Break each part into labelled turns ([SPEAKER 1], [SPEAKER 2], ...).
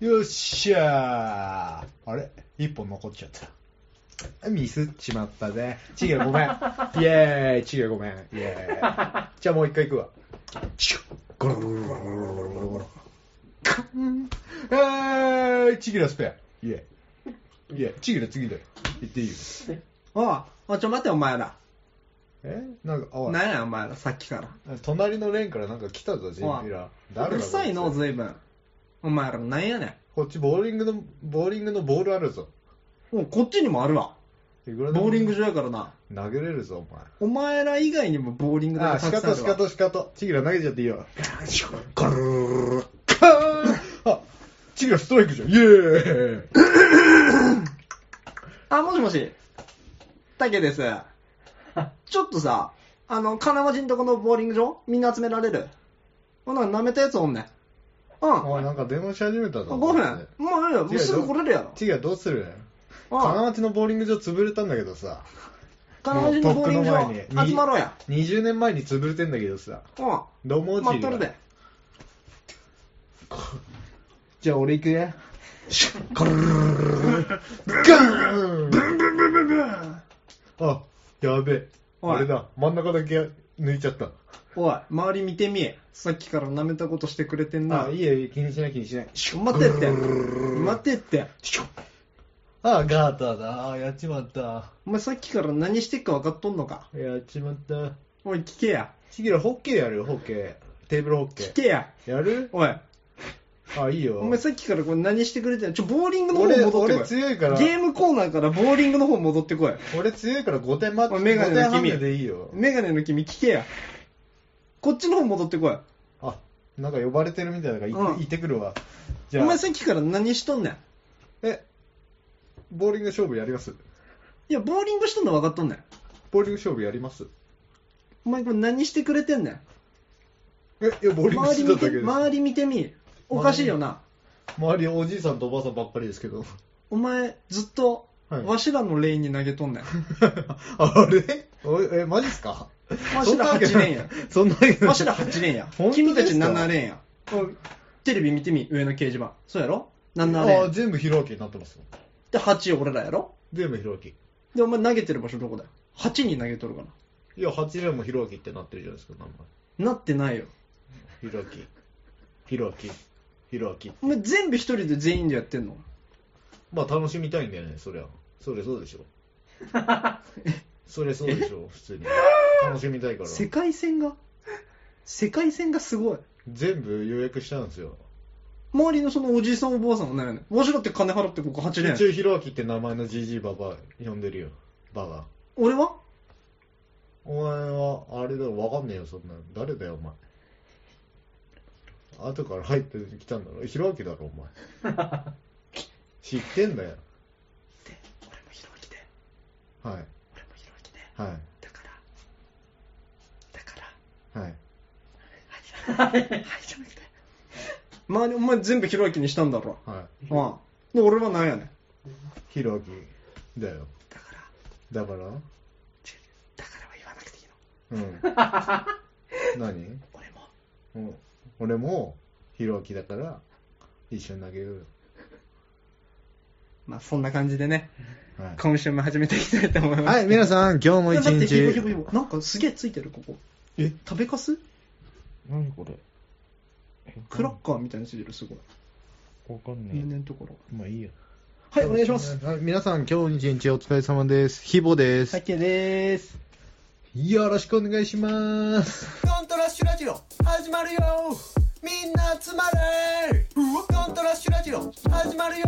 [SPEAKER 1] よっしゃーあれ一本残っちゃった。ミスっちまったぜ。チゲご めん。イェーイチゲごめん。イェーイ。じゃあもう一回行くわ。チュッゴロゴロゴロゴロゴロゴロゴロ。カンえー、チゲのスペア。イェーイ。イェーイ。チゲの次だよ。行っていいよ。
[SPEAKER 2] おいおいちょ待ってお前ら
[SPEAKER 1] えなんか、おい。
[SPEAKER 2] 何やお前らさっきから
[SPEAKER 1] 隣のレーンからなんか来たぞ、ジンピラ。
[SPEAKER 2] うるさいの随分お前らなんやねん
[SPEAKER 1] こっちボーリングの、ボーリングのボールあるぞ。
[SPEAKER 2] おいこっちにもあるわ
[SPEAKER 1] ボー
[SPEAKER 2] ボーリング場やからな
[SPEAKER 1] 投げれるぞ、お前。
[SPEAKER 2] お前ら以外にもボーリング台
[SPEAKER 1] あ
[SPEAKER 2] が
[SPEAKER 1] あ、
[SPEAKER 2] た
[SPEAKER 1] し
[SPEAKER 2] く
[SPEAKER 1] か
[SPEAKER 2] さんあ
[SPEAKER 1] と
[SPEAKER 2] る
[SPEAKER 1] し
[SPEAKER 2] わ
[SPEAKER 1] かとしかと。チギラ投げちゃっていいよ。ゴルルルカーンあ、チギラストライクじゃん。イエーイ
[SPEAKER 2] あもしもしタケ ですちょっとさあの金町んとこのボーリング場みんな集められるほな舐めたやつおんねんうん
[SPEAKER 1] おい、なんか電話し始めたぞ。
[SPEAKER 2] 5分もういいよもうすぐ来れるやろ
[SPEAKER 1] チギラどうする
[SPEAKER 2] うん
[SPEAKER 1] 金町のボーリング場潰れたんだけどさ。
[SPEAKER 2] 金町のボーリング
[SPEAKER 1] もうとっくの前
[SPEAKER 2] 場
[SPEAKER 1] に
[SPEAKER 2] 集まろうや
[SPEAKER 1] 20年前に潰れてんだけどさ。
[SPEAKER 2] う
[SPEAKER 1] どうも、
[SPEAKER 2] ん
[SPEAKER 1] チ
[SPEAKER 2] 待っ
[SPEAKER 1] ギ
[SPEAKER 2] とる
[SPEAKER 1] ラ
[SPEAKER 2] で。
[SPEAKER 1] じゃあ俺行くね。ゴルルルルガーンブンブンブンブンブンあ、やべえ。
[SPEAKER 2] おい
[SPEAKER 1] あれだ、真ん中だけ抜いちゃった。
[SPEAKER 2] おい周り見てみえさっきから舐めたことしてくれてんな
[SPEAKER 1] あ、いいよ、いいよ気にしない気にしない。
[SPEAKER 2] 待ってって待ってって
[SPEAKER 1] ああ、ガーターだ。ああ、やっちまった。
[SPEAKER 2] お前さっきから何してっか分かっとんのか
[SPEAKER 1] やっちまった。
[SPEAKER 2] おい聞けや
[SPEAKER 1] ちぎら、ホッケーやるよ、ホッケー。テーブルホッ
[SPEAKER 2] 聞
[SPEAKER 1] ケ
[SPEAKER 2] けや
[SPEAKER 1] ー。やる
[SPEAKER 2] おい
[SPEAKER 1] あ、いいよ。
[SPEAKER 2] お前さっきからこれ何してくれてんのちょボーリングの方
[SPEAKER 1] 俺、
[SPEAKER 2] 戻って
[SPEAKER 1] 俺
[SPEAKER 2] こい
[SPEAKER 1] 強いから、
[SPEAKER 2] ゲームコーナーからボーリングの方戻ってこい
[SPEAKER 1] 俺強いから5点待
[SPEAKER 2] お
[SPEAKER 1] っ
[SPEAKER 2] い
[SPEAKER 1] て、
[SPEAKER 2] メガ
[SPEAKER 1] 5
[SPEAKER 2] ネの
[SPEAKER 1] 点
[SPEAKER 2] 君
[SPEAKER 1] 半目でいいよ。
[SPEAKER 2] メガネの君聞けやこっちの方戻ってこい
[SPEAKER 1] あ、なんか呼ばれてるみたいだから、い
[SPEAKER 2] うん
[SPEAKER 1] 行ってくるわ。じ
[SPEAKER 2] お
[SPEAKER 1] ゃあ
[SPEAKER 2] 前、さっきから何しとんねん
[SPEAKER 1] え、ボーリング勝負やります
[SPEAKER 2] いやボーリングしとんの分かっとんねん
[SPEAKER 1] ボーリング勝負やります
[SPEAKER 2] お前これ何してくれてんねん
[SPEAKER 1] え、いや、ボーリング
[SPEAKER 2] 周
[SPEAKER 1] してただ
[SPEAKER 2] り見
[SPEAKER 1] け
[SPEAKER 2] て
[SPEAKER 1] です。
[SPEAKER 2] 周り見てみおかしいよな
[SPEAKER 1] 周りおじいさんとおばあさんばっかりですけ ど。
[SPEAKER 2] お前ずっと
[SPEAKER 1] はい
[SPEAKER 2] わしらのレインに投げとんねん
[SPEAKER 1] あれおえ、マジっすか
[SPEAKER 2] わしら8連や。
[SPEAKER 1] そんなわけない。
[SPEAKER 2] わしら8連や
[SPEAKER 1] 本当です
[SPEAKER 2] 君
[SPEAKER 1] か
[SPEAKER 2] たち7連やテレビ見てみ上の掲示板そうやろ7
[SPEAKER 1] ああ、
[SPEAKER 2] 連
[SPEAKER 1] 全部ひろあきになってますよ。
[SPEAKER 2] で8俺らやろ
[SPEAKER 1] 全部ひろあき。い
[SPEAKER 2] でお前投げてる場所どこだよ8に投げとるか
[SPEAKER 1] や、八連もひろあきってなってるじゃないですか、名
[SPEAKER 2] ななってないよ
[SPEAKER 1] 前。ひろあき。ひろあき。ひろあき。
[SPEAKER 2] お前全部一人で全員でやってんの
[SPEAKER 1] まあ、楽しみたいんだよね、そりゃ。それそうでしょ。それそうでしょ、普通に。楽しみたいから。
[SPEAKER 2] 世界線が世界線がすごい
[SPEAKER 1] 全部予約したんですよ。
[SPEAKER 2] 周りのそのおじいさんおばあさんがないよねわしらって金払ってここ8連
[SPEAKER 1] 一応、ひろあきって名前のじじいばば呼んでるよ。ばば。
[SPEAKER 2] 俺は
[SPEAKER 1] お前は、あれだろ、わかんねえよ、そんなの。誰だよ、お前。後から入ってきたんだろ。ひろあきだろ、お前。 知ってんだよ。
[SPEAKER 2] 俺もひろゆきで
[SPEAKER 1] はい。
[SPEAKER 2] 俺もひろゆきで
[SPEAKER 1] は
[SPEAKER 2] だからだか
[SPEAKER 1] い。は
[SPEAKER 2] ら
[SPEAKER 1] い。
[SPEAKER 2] 周りお前全部ひろゆきにしたんだろ
[SPEAKER 1] は
[SPEAKER 2] ああで俺はなんやねん
[SPEAKER 1] い。ひろあき。だよ。
[SPEAKER 2] だから
[SPEAKER 1] だからうん
[SPEAKER 2] だからは言わなくていいの。
[SPEAKER 1] 何
[SPEAKER 2] 俺も
[SPEAKER 1] うん俺も、ひろあきだから、一緒に投げる
[SPEAKER 2] まあそんな感じでね
[SPEAKER 1] よ。は
[SPEAKER 2] 今週も始めていきたいと思い
[SPEAKER 1] い。
[SPEAKER 2] ます
[SPEAKER 1] はい、皆さん、今日も
[SPEAKER 2] いや
[SPEAKER 1] 一
[SPEAKER 2] だってひろひろひ
[SPEAKER 1] 日。
[SPEAKER 2] ろなんかすげえついてるここ
[SPEAKER 1] え
[SPEAKER 2] 食べかす
[SPEAKER 3] 何これ
[SPEAKER 2] クラッカーみたいについてるすごい
[SPEAKER 3] わかんねえ。
[SPEAKER 2] 胸のところ
[SPEAKER 3] まあいいや。
[SPEAKER 2] はいお願いします
[SPEAKER 1] はい。皆さん、今日一日お疲れ様です。ひぼです。
[SPEAKER 2] けでーす
[SPEAKER 1] よろしくお願いします。
[SPEAKER 4] コントラッシュラジオ始まるよみんな集まれコントラッシュラジオ始まるよ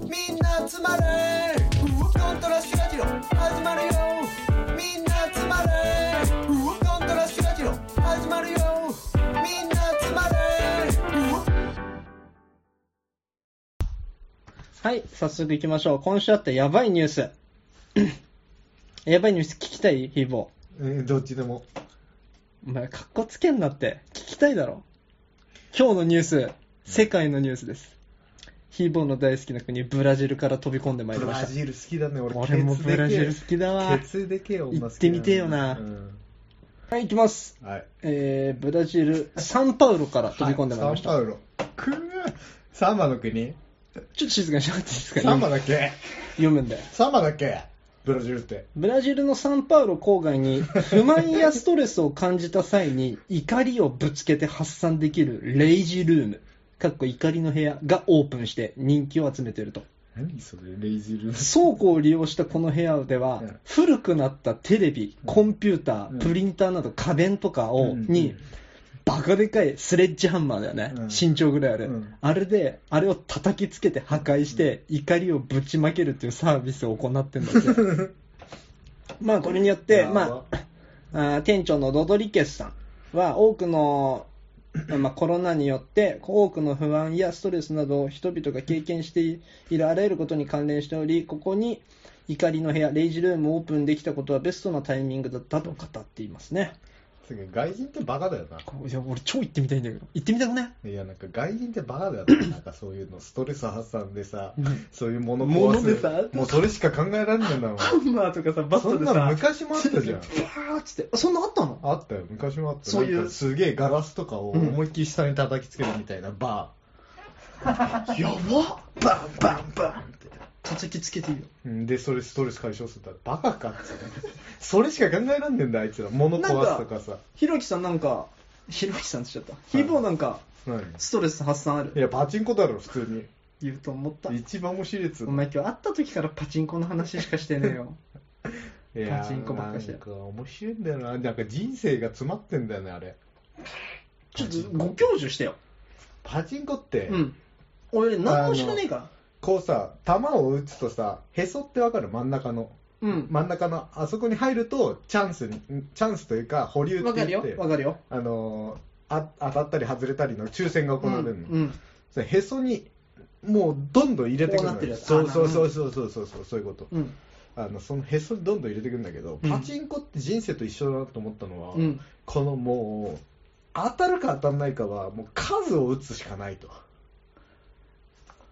[SPEAKER 4] みんな集まれコントラッシュラジオ始まるよみんな集まれコントラッシュラジオ始まるよみんな集まれ
[SPEAKER 2] はい早速いきましょう今週あったやばいニュース やばいニュース聞きたいひーぼ
[SPEAKER 1] うんどっちでも。
[SPEAKER 2] お前かっこつけんなって聞きたいだろ今日のニュース世界のニュースですヒーボーの大好きな国ブラジルから飛び込んでまいり
[SPEAKER 1] ブ
[SPEAKER 2] ま
[SPEAKER 1] ラ
[SPEAKER 2] し
[SPEAKER 1] ジル好きだね、
[SPEAKER 2] た
[SPEAKER 1] 俺。
[SPEAKER 2] 俺もブラジル好きだわ
[SPEAKER 1] ケツでけえ女好きだね
[SPEAKER 2] 行ってみてえよな
[SPEAKER 1] うん
[SPEAKER 2] はい行きます、
[SPEAKER 1] はい。
[SPEAKER 2] えー、ブラジルサンパウロから飛び込んでまいりました、
[SPEAKER 1] サンパウロ。くぅサンバの国
[SPEAKER 2] ちょっと静かにしなくていいですか
[SPEAKER 1] サンバだっけ
[SPEAKER 2] 読むんで。
[SPEAKER 1] サンバだっけブラジルって。
[SPEAKER 2] ブラジルのサンパウロ郊外に不満やストレスを感じた際に怒りをぶつけて発散できるレイジルーム、かっこ怒りの部屋がオープンして人気を集めていると。
[SPEAKER 1] 何それ、レイジル
[SPEAKER 2] 倉庫を利用したこの部屋では
[SPEAKER 1] うん、
[SPEAKER 2] 古くなったテレビ、
[SPEAKER 1] うん
[SPEAKER 2] コンピュータ
[SPEAKER 1] うん
[SPEAKER 2] ー、プリンターなど家電とか
[SPEAKER 1] う
[SPEAKER 2] を、
[SPEAKER 1] ん
[SPEAKER 2] に、バカでかいスレッジハンマーだよね。
[SPEAKER 1] うん
[SPEAKER 2] 身長ぐらいある、
[SPEAKER 1] うん
[SPEAKER 2] あれで、あれを叩きつけて破壊して、怒りをぶちまけるっていうサービスを行ってんだって。 まあ、これによって、まあ、あー店長のロドリケスさんは、多くの、 まあ、コロナによって、多くの不安やストレスなどを人々が経験しているあらゆることに関連しており、ここに怒りの部屋、レイジルームをオープンできたことはベストなタイミングだったと語っていますね。
[SPEAKER 1] すげえ外人ってバカだよな。
[SPEAKER 2] いや、俺超行ってみたいんだけど。行ってみたくね
[SPEAKER 1] いや、なんか外人ってバカだよな。なんかそういうの、ストレス発散でさ、そういうもの壊す
[SPEAKER 2] 物でさ
[SPEAKER 1] もうそれしか考えられないんだもん。
[SPEAKER 2] ハ ンマーとかさ、バッ
[SPEAKER 1] そ
[SPEAKER 2] ト
[SPEAKER 1] ん
[SPEAKER 2] で
[SPEAKER 1] な
[SPEAKER 2] さ、
[SPEAKER 1] 昔もあったじ ゃん。
[SPEAKER 2] パーッつって、あそんなあったの
[SPEAKER 1] あったよ、昔もあった。
[SPEAKER 2] そういう
[SPEAKER 1] なんかすげえガラスとかを
[SPEAKER 2] うん
[SPEAKER 1] 思いっきり下に叩きつけるみたいなバ
[SPEAKER 2] やばバンバンバンって叩きつけていいよ。
[SPEAKER 1] ー。うんで、それストレス解消するんだ。バカかっつって。それしか考えらんねえんだ、あいつら。物壊すとかさ。
[SPEAKER 2] ひろきさんなんか、ひろきさんって言っちゃった。ひーぼーなんか、
[SPEAKER 1] 何
[SPEAKER 2] ストレス発散ある
[SPEAKER 1] いや、パチンコだろ、普通
[SPEAKER 2] 言うと思った
[SPEAKER 1] に。。一番面白いやつ。
[SPEAKER 2] お前今日会った時からパチンコの話しかしてね えよ。
[SPEAKER 1] いやー
[SPEAKER 2] パチンコばっかしだ
[SPEAKER 1] なんか面白いんだよな。なんか人生が詰まってんだよね、あれ。
[SPEAKER 2] ちょっと ご教授してよ。
[SPEAKER 1] パチンコって、
[SPEAKER 2] うん。俺、何も知らねえから。
[SPEAKER 1] こうさ、球を打つとさ、へそってわかる真ん中の。
[SPEAKER 2] うん。
[SPEAKER 1] 真ん中のあそこに入ると、チャンスに、んチャンスというか、保留って言
[SPEAKER 2] わ
[SPEAKER 1] って。
[SPEAKER 2] かるよ。わかるよ。
[SPEAKER 1] あのーあ当たったり外れたりの抽選が行われるの、
[SPEAKER 2] うんうん。
[SPEAKER 1] それへそにもうどんどん入れてくる
[SPEAKER 2] こうなってるやつ
[SPEAKER 1] そうそうそうそうそうそうそうそういうこと
[SPEAKER 2] うん。
[SPEAKER 1] あのそのへそにどんどん入れてくるんだけど、
[SPEAKER 2] うん
[SPEAKER 1] パチンコって人生と一緒だなと思ったのは、
[SPEAKER 2] うん。
[SPEAKER 1] このもう当たるか当たらないかはもう数を打つしかないと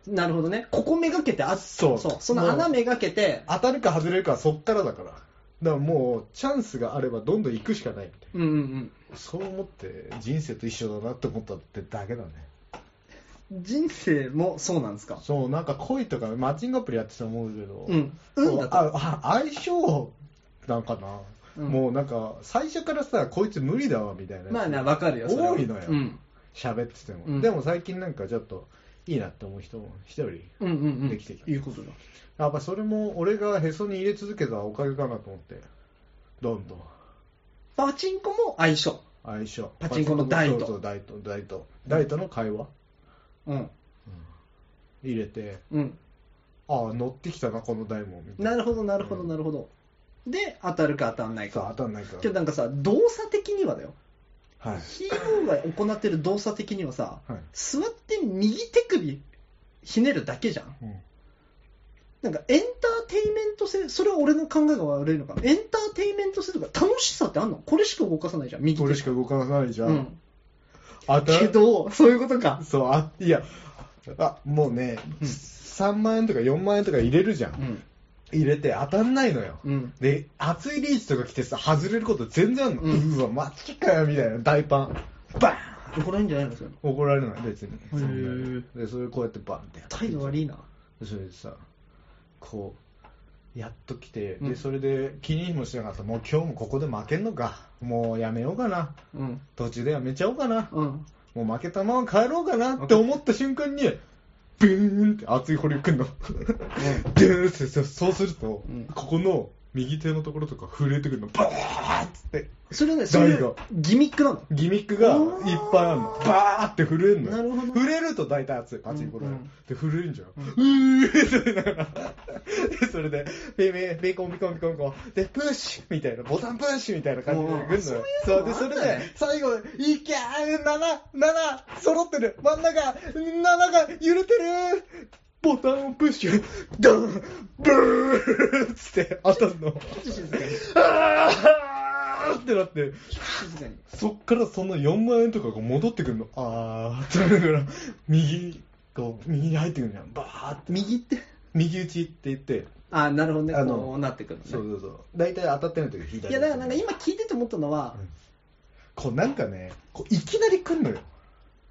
[SPEAKER 2] なるほどね。ここめがけて、あ
[SPEAKER 1] そう
[SPEAKER 2] そう。その穴めがけて、
[SPEAKER 1] 当たるか外れるかはそっからだからだからもうチャンスがあればどんどん行くしかないみたい
[SPEAKER 2] うんうん
[SPEAKER 1] なそう思って人生と一緒だなって思ったってだけだね
[SPEAKER 2] うん。人生もそうなんですか。
[SPEAKER 1] そうなんか恋とかマッチングアプリやってて思うけど、
[SPEAKER 2] うん。うんだと。
[SPEAKER 1] ああ相性なんかな、
[SPEAKER 2] うん
[SPEAKER 1] もうなんか最初からさこいつ無理だわみたいな
[SPEAKER 2] まあな、わかるよ。それは
[SPEAKER 1] 多いのよ
[SPEAKER 2] うん。
[SPEAKER 1] 喋ってても、
[SPEAKER 2] うん
[SPEAKER 1] でも最近なんかちょっといいなって思う人も一人
[SPEAKER 2] うんうんうん。
[SPEAKER 1] できてきた
[SPEAKER 2] いうことだ。
[SPEAKER 1] やっぱそれも俺がへそに入れ続けたおかげかなと思ってどんどん
[SPEAKER 2] パチンコも相性。
[SPEAKER 1] 相性
[SPEAKER 2] パチンコの台と
[SPEAKER 1] そうそう大と大と大との会話
[SPEAKER 2] うん。
[SPEAKER 1] 入れて
[SPEAKER 2] うん。
[SPEAKER 1] ああ乗ってきたなこの台もみたいな
[SPEAKER 2] なるほど、なるほど、
[SPEAKER 1] うん
[SPEAKER 2] なるほど。で、当たるか当たんない
[SPEAKER 1] そう
[SPEAKER 2] か。
[SPEAKER 1] 当たんないか
[SPEAKER 2] けど
[SPEAKER 1] ら
[SPEAKER 2] なんかさ、動作的にはだよ。
[SPEAKER 1] はい
[SPEAKER 2] ヒーローが行ってる動作的にはさ、
[SPEAKER 1] はい、
[SPEAKER 2] 座って右手首ひねるだけじゃん。
[SPEAKER 1] うん
[SPEAKER 2] なんかエンターテインメント性、それは俺の考えが悪いのかな。エンターテインメント性とか楽しさってあんのこれしか動かさないじゃん、右手。
[SPEAKER 1] これしか動かないじゃん、
[SPEAKER 2] うん。
[SPEAKER 1] 当た
[SPEAKER 2] けど、そういうことか。
[SPEAKER 1] そう、あ、いや、あ、もうね、
[SPEAKER 2] うん
[SPEAKER 1] 3万円とか4万円とか入れるじゃん。
[SPEAKER 2] うん。
[SPEAKER 1] 入れて当たんないのよ。
[SPEAKER 2] うん。
[SPEAKER 1] で、熱いリーチとか来てさ、外れること全然あるの。
[SPEAKER 2] う
[SPEAKER 1] うんわ、マジかよ、みたいな。大パン。バーン
[SPEAKER 2] 怒られんじゃないのそれ。
[SPEAKER 1] 怒られない、別に。そ
[SPEAKER 2] ー
[SPEAKER 1] んなで、それこうやってバンってやって。
[SPEAKER 2] 態度悪いな。
[SPEAKER 1] でそれでさ、こう、やっと来て、
[SPEAKER 2] うん
[SPEAKER 1] で、それで気にもしなかった。もう今日もここで負けんのか。もうやめようかな。
[SPEAKER 2] うん。
[SPEAKER 1] 途中でやめちゃおうかな。
[SPEAKER 2] うん。
[SPEAKER 1] もう負けたまま帰ろうかなって思った瞬間に、ブーンって熱い堀くんの。でーってそうそうすると、
[SPEAKER 2] うん
[SPEAKER 1] ここの右手のところとか震えてくるの、バーッつって、
[SPEAKER 2] それはね、そうい
[SPEAKER 1] 態
[SPEAKER 2] う
[SPEAKER 1] 度
[SPEAKER 2] ギミックなの。
[SPEAKER 1] ギミックがいっ
[SPEAKER 2] おー
[SPEAKER 1] ぱいあるの。バーって震えるのよ。
[SPEAKER 2] なるほど
[SPEAKER 1] 震えると大体熱い、パチンコだよ。
[SPEAKER 2] うんうん
[SPEAKER 1] で、震えるんじゃん。うーってなが ら。で、それで、ベベベーコン、ベーコン、ベーコン、ベーコン。で、プッシュみたいな、ボタンプッシュみたいな感じで来るのよ。
[SPEAKER 2] そうい
[SPEAKER 1] そうう、
[SPEAKER 2] の
[SPEAKER 1] で、それ
[SPEAKER 2] あった
[SPEAKER 1] で
[SPEAKER 2] ね、
[SPEAKER 1] 最後、いけー !7!7! 揃ってる真ん中 !7 が揺れてるボタンをプッシュドンブーつって当たるの。
[SPEAKER 2] 静かに。
[SPEAKER 1] あーってなって。
[SPEAKER 2] 静かに。
[SPEAKER 1] そっからその4万円とかが戻ってくるの。あーってだから、右、こう、右に入ってくるじゃん。バーって。
[SPEAKER 2] 右って。
[SPEAKER 1] 右打ちって言って。
[SPEAKER 2] あなるほどね。
[SPEAKER 1] あの
[SPEAKER 2] こうなってくる
[SPEAKER 1] そう
[SPEAKER 2] のね。
[SPEAKER 1] そうそう。大体当たってない時は左。
[SPEAKER 2] いや、だからなんか今聞いてて思ったのは
[SPEAKER 1] うん、こうなんかね、こういきなり来んのよ。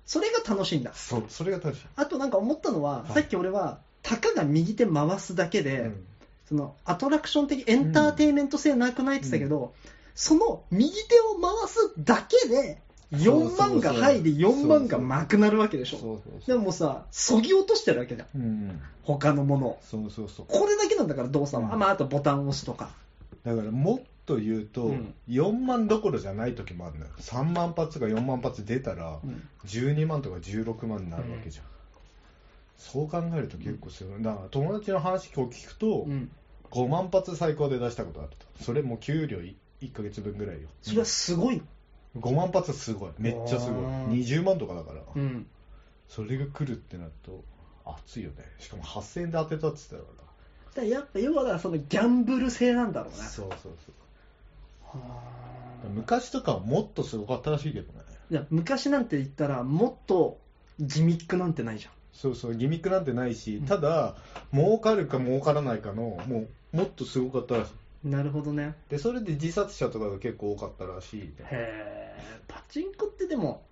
[SPEAKER 2] それが楽しいんだ
[SPEAKER 1] そう、それが楽しい。
[SPEAKER 2] あとなんか思ったのは、
[SPEAKER 1] はい
[SPEAKER 2] さっき俺はたかが右手回すだけで、
[SPEAKER 1] うん
[SPEAKER 2] そのアトラクション的エンターテインメント性なくないって言ってたけど、その右手を回すだけで4万が入り
[SPEAKER 1] そうそうそう
[SPEAKER 2] 4万がなくなるわけでし
[SPEAKER 1] そう
[SPEAKER 2] ょ
[SPEAKER 1] そうそ
[SPEAKER 2] で
[SPEAKER 1] う。
[SPEAKER 2] もさそぎ落としてるわけじゃん
[SPEAKER 1] うん。
[SPEAKER 2] 他のものを
[SPEAKER 1] そうそうそう。
[SPEAKER 2] これだけなんだから動作は、
[SPEAKER 1] うん
[SPEAKER 2] あまあ、あとボタンを押すとか
[SPEAKER 1] だからもっと言うと、
[SPEAKER 2] うん
[SPEAKER 1] 4万どころじゃない時もあるのよ3万発が4万発出たら、
[SPEAKER 2] うん
[SPEAKER 1] 12万とか16万になるわけじゃん、そう考えると結構すごいだから友達の話を聞くと、
[SPEAKER 2] うん
[SPEAKER 1] 5万発最高で出したことあるとそれも給料い1ヶ月分ぐらいよ
[SPEAKER 2] それはすごいの
[SPEAKER 1] 5万発すごいめっちゃすごい
[SPEAKER 2] あー
[SPEAKER 1] 20万とかだから、
[SPEAKER 2] うん
[SPEAKER 1] それが来るってなると熱いよねしかも8000円で当てたって言ってたか
[SPEAKER 2] だからやっぱ要はだからそのギャンブル性なんだろう
[SPEAKER 1] ら
[SPEAKER 2] な
[SPEAKER 1] そうそうそう
[SPEAKER 2] はあ
[SPEAKER 1] 昔とかはもっとすごかったらしいけどね
[SPEAKER 2] いや昔なんて言ったらもっとギミックなんてないじゃん
[SPEAKER 1] そうそう、ギミックなんてないし、
[SPEAKER 2] うん
[SPEAKER 1] ただ、儲かるか儲からないかの、もう、もっとすごかったらしい。
[SPEAKER 2] なるほどね
[SPEAKER 1] で、それで自殺者とかが結構多かったらしい。
[SPEAKER 2] へえパチンコってでも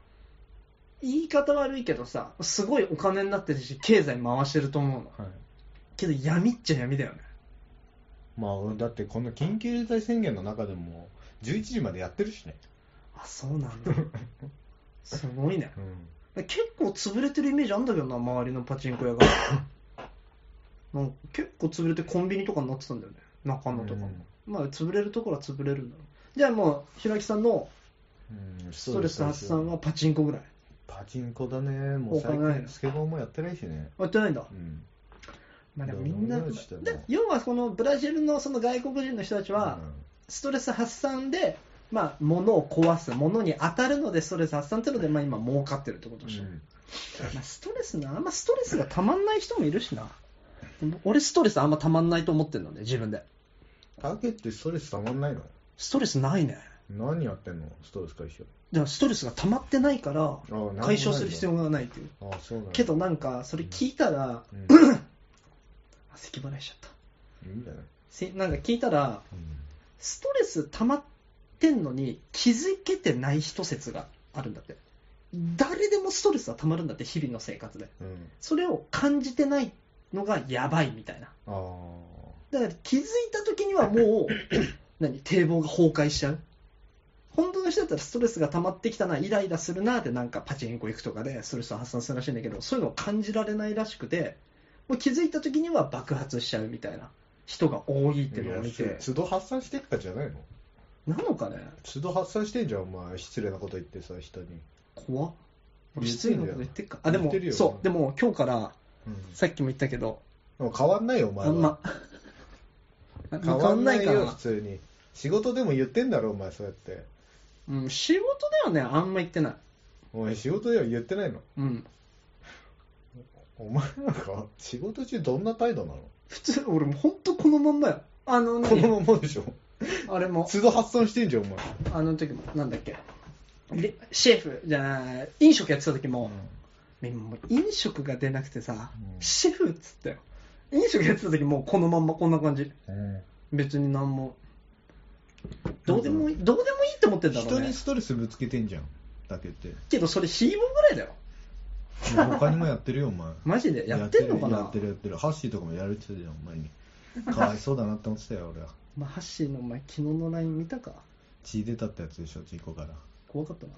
[SPEAKER 2] 言い方悪いけどさすごいお金になってるし経済回してると思うの
[SPEAKER 1] はい。
[SPEAKER 2] けど闇っちゃ闇だよね
[SPEAKER 1] まあ、だってこの緊急事態宣言の中でも、11時までやってるしね。
[SPEAKER 2] あそうなんだ すごいね
[SPEAKER 1] うん。
[SPEAKER 2] 結構潰れてるイメージあんだけどな周りのパチンコ 屋がなんか結構潰れてコンビニとかになってたんだよね中野とかも、まあ潰れるところは潰れるんだろうじゃあもう平木さんの
[SPEAKER 1] うん。うん
[SPEAKER 2] ストレス発散はパチンコぐらい
[SPEAKER 1] パチンコだね。もう最
[SPEAKER 2] 他ない
[SPEAKER 1] 近、
[SPEAKER 2] の
[SPEAKER 1] スケボーもやってないしね。
[SPEAKER 2] やってないんだ
[SPEAKER 1] うん。
[SPEAKER 2] まあでもみんな
[SPEAKER 1] どうしても
[SPEAKER 2] で要はそのブラジルのその外国人の人たちは
[SPEAKER 1] うん
[SPEAKER 2] ストレス発散で、まあ、物を壊す物に当たるのでストレス発散っていうので、まあ、今儲かってるってことでしょ、
[SPEAKER 1] うん
[SPEAKER 2] まあ、ストレスなあんまストレスがたまんない人もいるしな俺ストレスあんまたまんないと思ってるのね自分で
[SPEAKER 1] タケってストレスたまんないの
[SPEAKER 2] ストレスないね
[SPEAKER 1] 何やってんのストレス解消。
[SPEAKER 2] でもストレスが溜まってないから
[SPEAKER 1] ああなんもないんだ
[SPEAKER 2] 解消する必要がないっていう
[SPEAKER 1] ああ、そうなんだ
[SPEAKER 2] け、どなんかそれ聞いたら
[SPEAKER 1] うん、
[SPEAKER 2] 咳払いしちゃった
[SPEAKER 1] いいんじゃない
[SPEAKER 2] せなんか聞いたら
[SPEAKER 1] うん
[SPEAKER 2] ストレス溜まってんのに気づけてない人説があるんだって誰でもストレスは溜まるんだって日々の生活で
[SPEAKER 1] うん、
[SPEAKER 2] それを感じてないのがやばいみたいな
[SPEAKER 1] ああ、
[SPEAKER 2] だから気づいた時にはもう 何堤防が崩壊しちゃう本当の人だったらストレスが溜まってきたなイライラするなってなんかパチンコ行くとかでストレスを発散するらしいんだけどそういうのを感じられないらしくてもう気づいた時には爆発しちゃうみたいな人が多いっていうのを見
[SPEAKER 1] いや
[SPEAKER 2] て
[SPEAKER 1] つ都度発散してっかじゃないの
[SPEAKER 2] なのかね
[SPEAKER 1] 都度発散してんじゃん、お前、失礼なこと言ってさ、人に。
[SPEAKER 2] 怖っ俺
[SPEAKER 1] 言っ
[SPEAKER 2] 失
[SPEAKER 1] て
[SPEAKER 2] 礼
[SPEAKER 1] ん
[SPEAKER 2] な
[SPEAKER 1] だよ
[SPEAKER 2] こと言ってっかあで
[SPEAKER 1] 言
[SPEAKER 2] も
[SPEAKER 1] ってるよ
[SPEAKER 2] そうでも今日から
[SPEAKER 1] うん、
[SPEAKER 2] さっきも言ったけど
[SPEAKER 1] でも変わんないよ、お前
[SPEAKER 2] あ
[SPEAKER 1] は。
[SPEAKER 2] んま
[SPEAKER 1] 変わんない
[SPEAKER 2] 変わ
[SPEAKER 1] よ、普通に。仕事でも言ってんだろ、お前、そうやって。
[SPEAKER 2] うん、仕事だよねあんま言ってない
[SPEAKER 1] お前、仕事では言ってないの。
[SPEAKER 2] うん
[SPEAKER 1] お前なんか、仕事中どんな態度なの
[SPEAKER 2] 普通俺もう本当このまんまよあの
[SPEAKER 1] こ
[SPEAKER 2] 何
[SPEAKER 1] のままでしょ。
[SPEAKER 2] あれも
[SPEAKER 1] 都度発散してんじゃん、お前。
[SPEAKER 2] あの時もなんだっけでシェフじゃない飲食やってた時も,、もう飲食が出なくてさ、
[SPEAKER 1] うん
[SPEAKER 2] シェフっつったよ飲食やってた時もうこのまんまこんな感じ
[SPEAKER 1] うん
[SPEAKER 2] 別に何もどうでもいいどうでもいいって思ってんだろ
[SPEAKER 1] 人
[SPEAKER 2] うね
[SPEAKER 1] にストレスぶつけてんじゃん、だけって。
[SPEAKER 2] けどそれヒーボーぐらいだよ
[SPEAKER 1] いや他にもやってるよ、お前。
[SPEAKER 2] マジで やってんのかな
[SPEAKER 1] やってるやってるハッシーとかもやるって言ってたよ前にかわいそうだなって思ってたよ俺は
[SPEAKER 2] まあ、ハッシーのお前昨日の LINE 見たか
[SPEAKER 1] 血出たってやつでしょ事故から
[SPEAKER 2] 怖かったな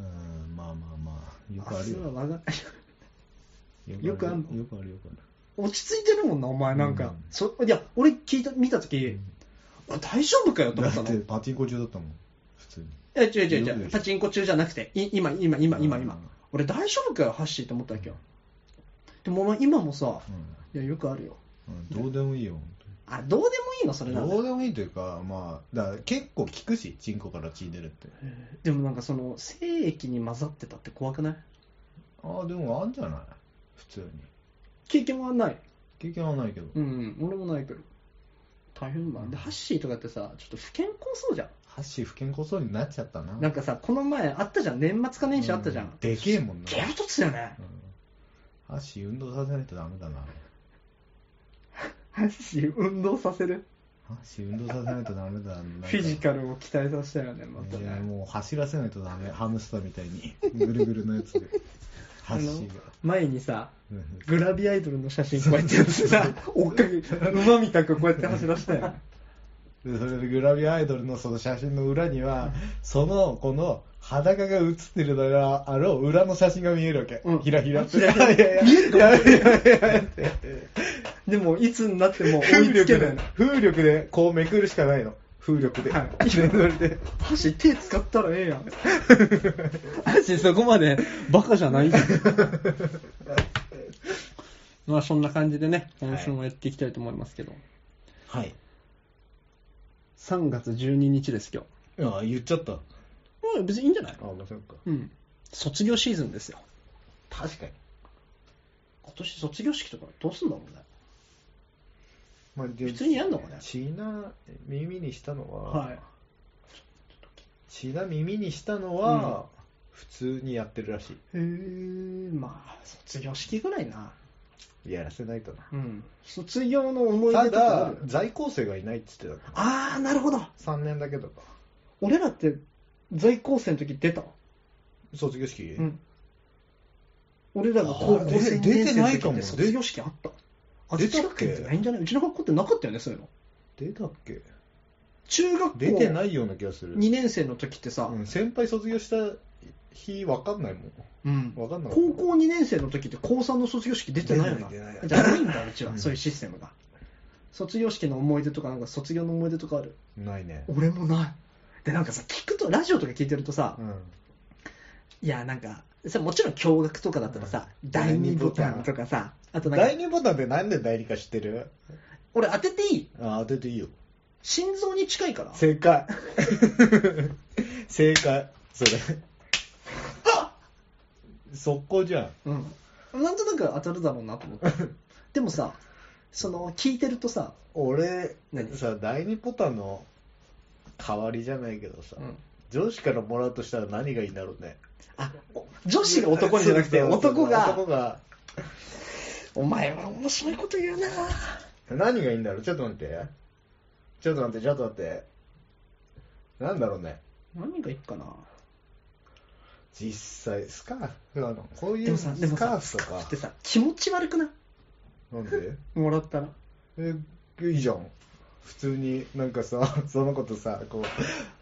[SPEAKER 1] うーんまあまあまあよくある
[SPEAKER 2] 明日は
[SPEAKER 1] よ
[SPEAKER 2] 我が
[SPEAKER 1] よくある
[SPEAKER 2] よくあんの
[SPEAKER 1] よくあるよくある
[SPEAKER 2] 落ち着いてるもんなお前なんか、
[SPEAKER 1] うん
[SPEAKER 2] そいや俺聞いた見た時、あ大丈夫かよと思った
[SPEAKER 1] だっ
[SPEAKER 2] の
[SPEAKER 1] てパチンコ中だったもん普通に
[SPEAKER 2] え、違う違う
[SPEAKER 1] 夜
[SPEAKER 2] 違
[SPEAKER 1] で
[SPEAKER 2] う、
[SPEAKER 1] しょ
[SPEAKER 2] パチンコ中じゃなくて、い今、今、今、今、
[SPEAKER 1] う
[SPEAKER 2] 今
[SPEAKER 1] ん。
[SPEAKER 2] 俺大丈夫かよ、ハッシーって思ったわけよ。でもお前今もさ、
[SPEAKER 1] う
[SPEAKER 2] いや、よくあるよ。
[SPEAKER 1] ん、うん、どうでもいいよ
[SPEAKER 2] あ、どうでもいいの、そ
[SPEAKER 1] 本
[SPEAKER 2] れ
[SPEAKER 1] 当
[SPEAKER 2] な
[SPEAKER 1] に
[SPEAKER 2] ん
[SPEAKER 1] どう
[SPEAKER 2] だ
[SPEAKER 1] でもいいというかまあだから結構聞くしチンコから血出るって
[SPEAKER 2] でもなんかその、精液に混ざってたって怖くない
[SPEAKER 1] ああでもあんじゃない普通に
[SPEAKER 2] 経験はない。
[SPEAKER 1] 経験はないけど
[SPEAKER 2] うん、俺もないけど。大変だな。で、ハッシーとかってさ、ちょっと不健康そうじゃん。
[SPEAKER 1] ハッシー不健康そうになっちゃったな
[SPEAKER 2] なんかさ、この前あったじゃん、年末か年始あったじゃ。
[SPEAKER 1] うんでけえもんな
[SPEAKER 2] ゲラトツだよね。
[SPEAKER 1] うん、足運動させないとダメだな
[SPEAKER 2] ハッシー運動させる。
[SPEAKER 1] 足運動させないとダメだなんか
[SPEAKER 2] フィジカルを期待させたよね、また
[SPEAKER 1] いや
[SPEAKER 2] ね。
[SPEAKER 1] もう走らせないとダメハムスターみたいにぐるぐるのやつ で
[SPEAKER 2] あ
[SPEAKER 1] 走
[SPEAKER 2] の
[SPEAKER 1] が、
[SPEAKER 2] 前にさ、
[SPEAKER 1] うん
[SPEAKER 2] グラビアアイドルの写真こうやってやって さ、追っかけ、馬みたくこうやって走らせたよね。
[SPEAKER 1] でそれでグラビアアイドルのその写真の裏にはそのこの裸が写ってるだろう裏の写真が見えるわけ、
[SPEAKER 2] うん
[SPEAKER 1] ひらひ らって
[SPEAKER 2] ひらひら
[SPEAKER 1] いやいや
[SPEAKER 2] 見えるか
[SPEAKER 1] いやいやいやって
[SPEAKER 2] でも、いつになっても追
[SPEAKER 1] 風
[SPEAKER 2] いつけ
[SPEAKER 1] 力
[SPEAKER 2] ない
[SPEAKER 1] で
[SPEAKER 2] の。
[SPEAKER 1] 風力でこうめくるしかないの風力で、
[SPEAKER 2] は
[SPEAKER 1] でそれで
[SPEAKER 2] 箸手使ったらええやん。 箸そこまでバカじゃ ないじゃん。まあそんな感じでね、今週もやっていきたいと思いますけど。
[SPEAKER 1] はい
[SPEAKER 2] 3月12日です、今
[SPEAKER 1] あ言っちゃったあ
[SPEAKER 2] 日。まあ別にいいんじゃない
[SPEAKER 1] 面白か
[SPEAKER 2] うん。卒業シーズンですよ。
[SPEAKER 1] 確かに
[SPEAKER 2] 今年卒業式とかどうすんだろうね。
[SPEAKER 1] まあ、普
[SPEAKER 2] 普通にやんのかね
[SPEAKER 1] 血な耳にしたのは、
[SPEAKER 2] はい。
[SPEAKER 1] 血な耳にしたのは、普通にやってるらし
[SPEAKER 2] へえ、まあ、卒業式ぐらいな。
[SPEAKER 1] いやらせないとな
[SPEAKER 2] うん。卒業の思い出
[SPEAKER 1] た
[SPEAKER 2] とかあ
[SPEAKER 1] だ
[SPEAKER 2] る
[SPEAKER 1] 在校生がいないっつってたか
[SPEAKER 2] あー、なるほど。
[SPEAKER 1] ら3年だけとか
[SPEAKER 2] 俺らって、在校生の時出た
[SPEAKER 1] 卒業式、
[SPEAKER 2] うん。俺らが高
[SPEAKER 1] あ
[SPEAKER 2] 校
[SPEAKER 1] ー
[SPEAKER 2] 生
[SPEAKER 1] 出て
[SPEAKER 2] 2年生の
[SPEAKER 1] ないか
[SPEAKER 2] 時っ
[SPEAKER 1] も
[SPEAKER 2] て卒業式あった。あ
[SPEAKER 1] 出
[SPEAKER 2] ず
[SPEAKER 1] たっ
[SPEAKER 2] ち
[SPEAKER 1] け
[SPEAKER 2] 学園ってないんじゃないうちの学校ってなかったよね、そういうの。
[SPEAKER 1] 出たっけ
[SPEAKER 2] 中学校
[SPEAKER 1] 出てな
[SPEAKER 2] 2
[SPEAKER 1] いような気がする、
[SPEAKER 2] 年生の時ってさ
[SPEAKER 1] う、ん、先輩卒業した日わかんないもん
[SPEAKER 2] うん
[SPEAKER 1] わかんない
[SPEAKER 2] 高校2年生の時って高3の卒業式出てないよな。
[SPEAKER 1] 出てない出てない
[SPEAKER 2] じゃあないんだ、うち
[SPEAKER 1] う
[SPEAKER 2] は、
[SPEAKER 1] ん
[SPEAKER 2] そういうシステムが。卒業式の思い出とか、なんか卒業の思い出とかある。
[SPEAKER 1] ないね
[SPEAKER 2] 俺もない。で、なんかさ、聞くと、ラジオとか聞いてるとさ
[SPEAKER 1] う、ん
[SPEAKER 2] いや、なんか、さもちろん驚愕とかだったらさ、
[SPEAKER 1] うん
[SPEAKER 2] 第2ボタンとかさ、あとなんか
[SPEAKER 1] 第、2ボタンってなんで第2か知ってる
[SPEAKER 2] 俺当てていい
[SPEAKER 1] あ当てていいよ
[SPEAKER 2] 心臓に近いから。
[SPEAKER 1] 正解 正解それ 速攻じゃん
[SPEAKER 2] うん。なんとなく当たるだろうなと 思って。でもさ、その、聞いてるとさ、
[SPEAKER 1] 俺
[SPEAKER 2] 何
[SPEAKER 1] さ第2ボタンの代わりじゃないけどさ、
[SPEAKER 2] うん
[SPEAKER 1] 上司からもらうとしたら何がいいんだろうね
[SPEAKER 2] あ、お女子が男にじゃなくて、
[SPEAKER 1] そうそうそう
[SPEAKER 2] 男が、
[SPEAKER 1] 男が
[SPEAKER 2] お前は面白いこと言うな
[SPEAKER 1] 何がいいんだろうちょっと待ってちょっと待ってちょっと待ってなんだろうね
[SPEAKER 2] 何がいいかな
[SPEAKER 1] 実際スカーフあのこうい
[SPEAKER 2] で
[SPEAKER 1] う
[SPEAKER 2] もさ、で
[SPEAKER 1] ス
[SPEAKER 2] も
[SPEAKER 1] カー
[SPEAKER 2] さ、
[SPEAKER 1] フとか
[SPEAKER 2] ってさ、気持ち悪くない
[SPEAKER 1] なんで
[SPEAKER 2] もらったら。
[SPEAKER 1] えいいじゃん普通になんかさ その子とさこ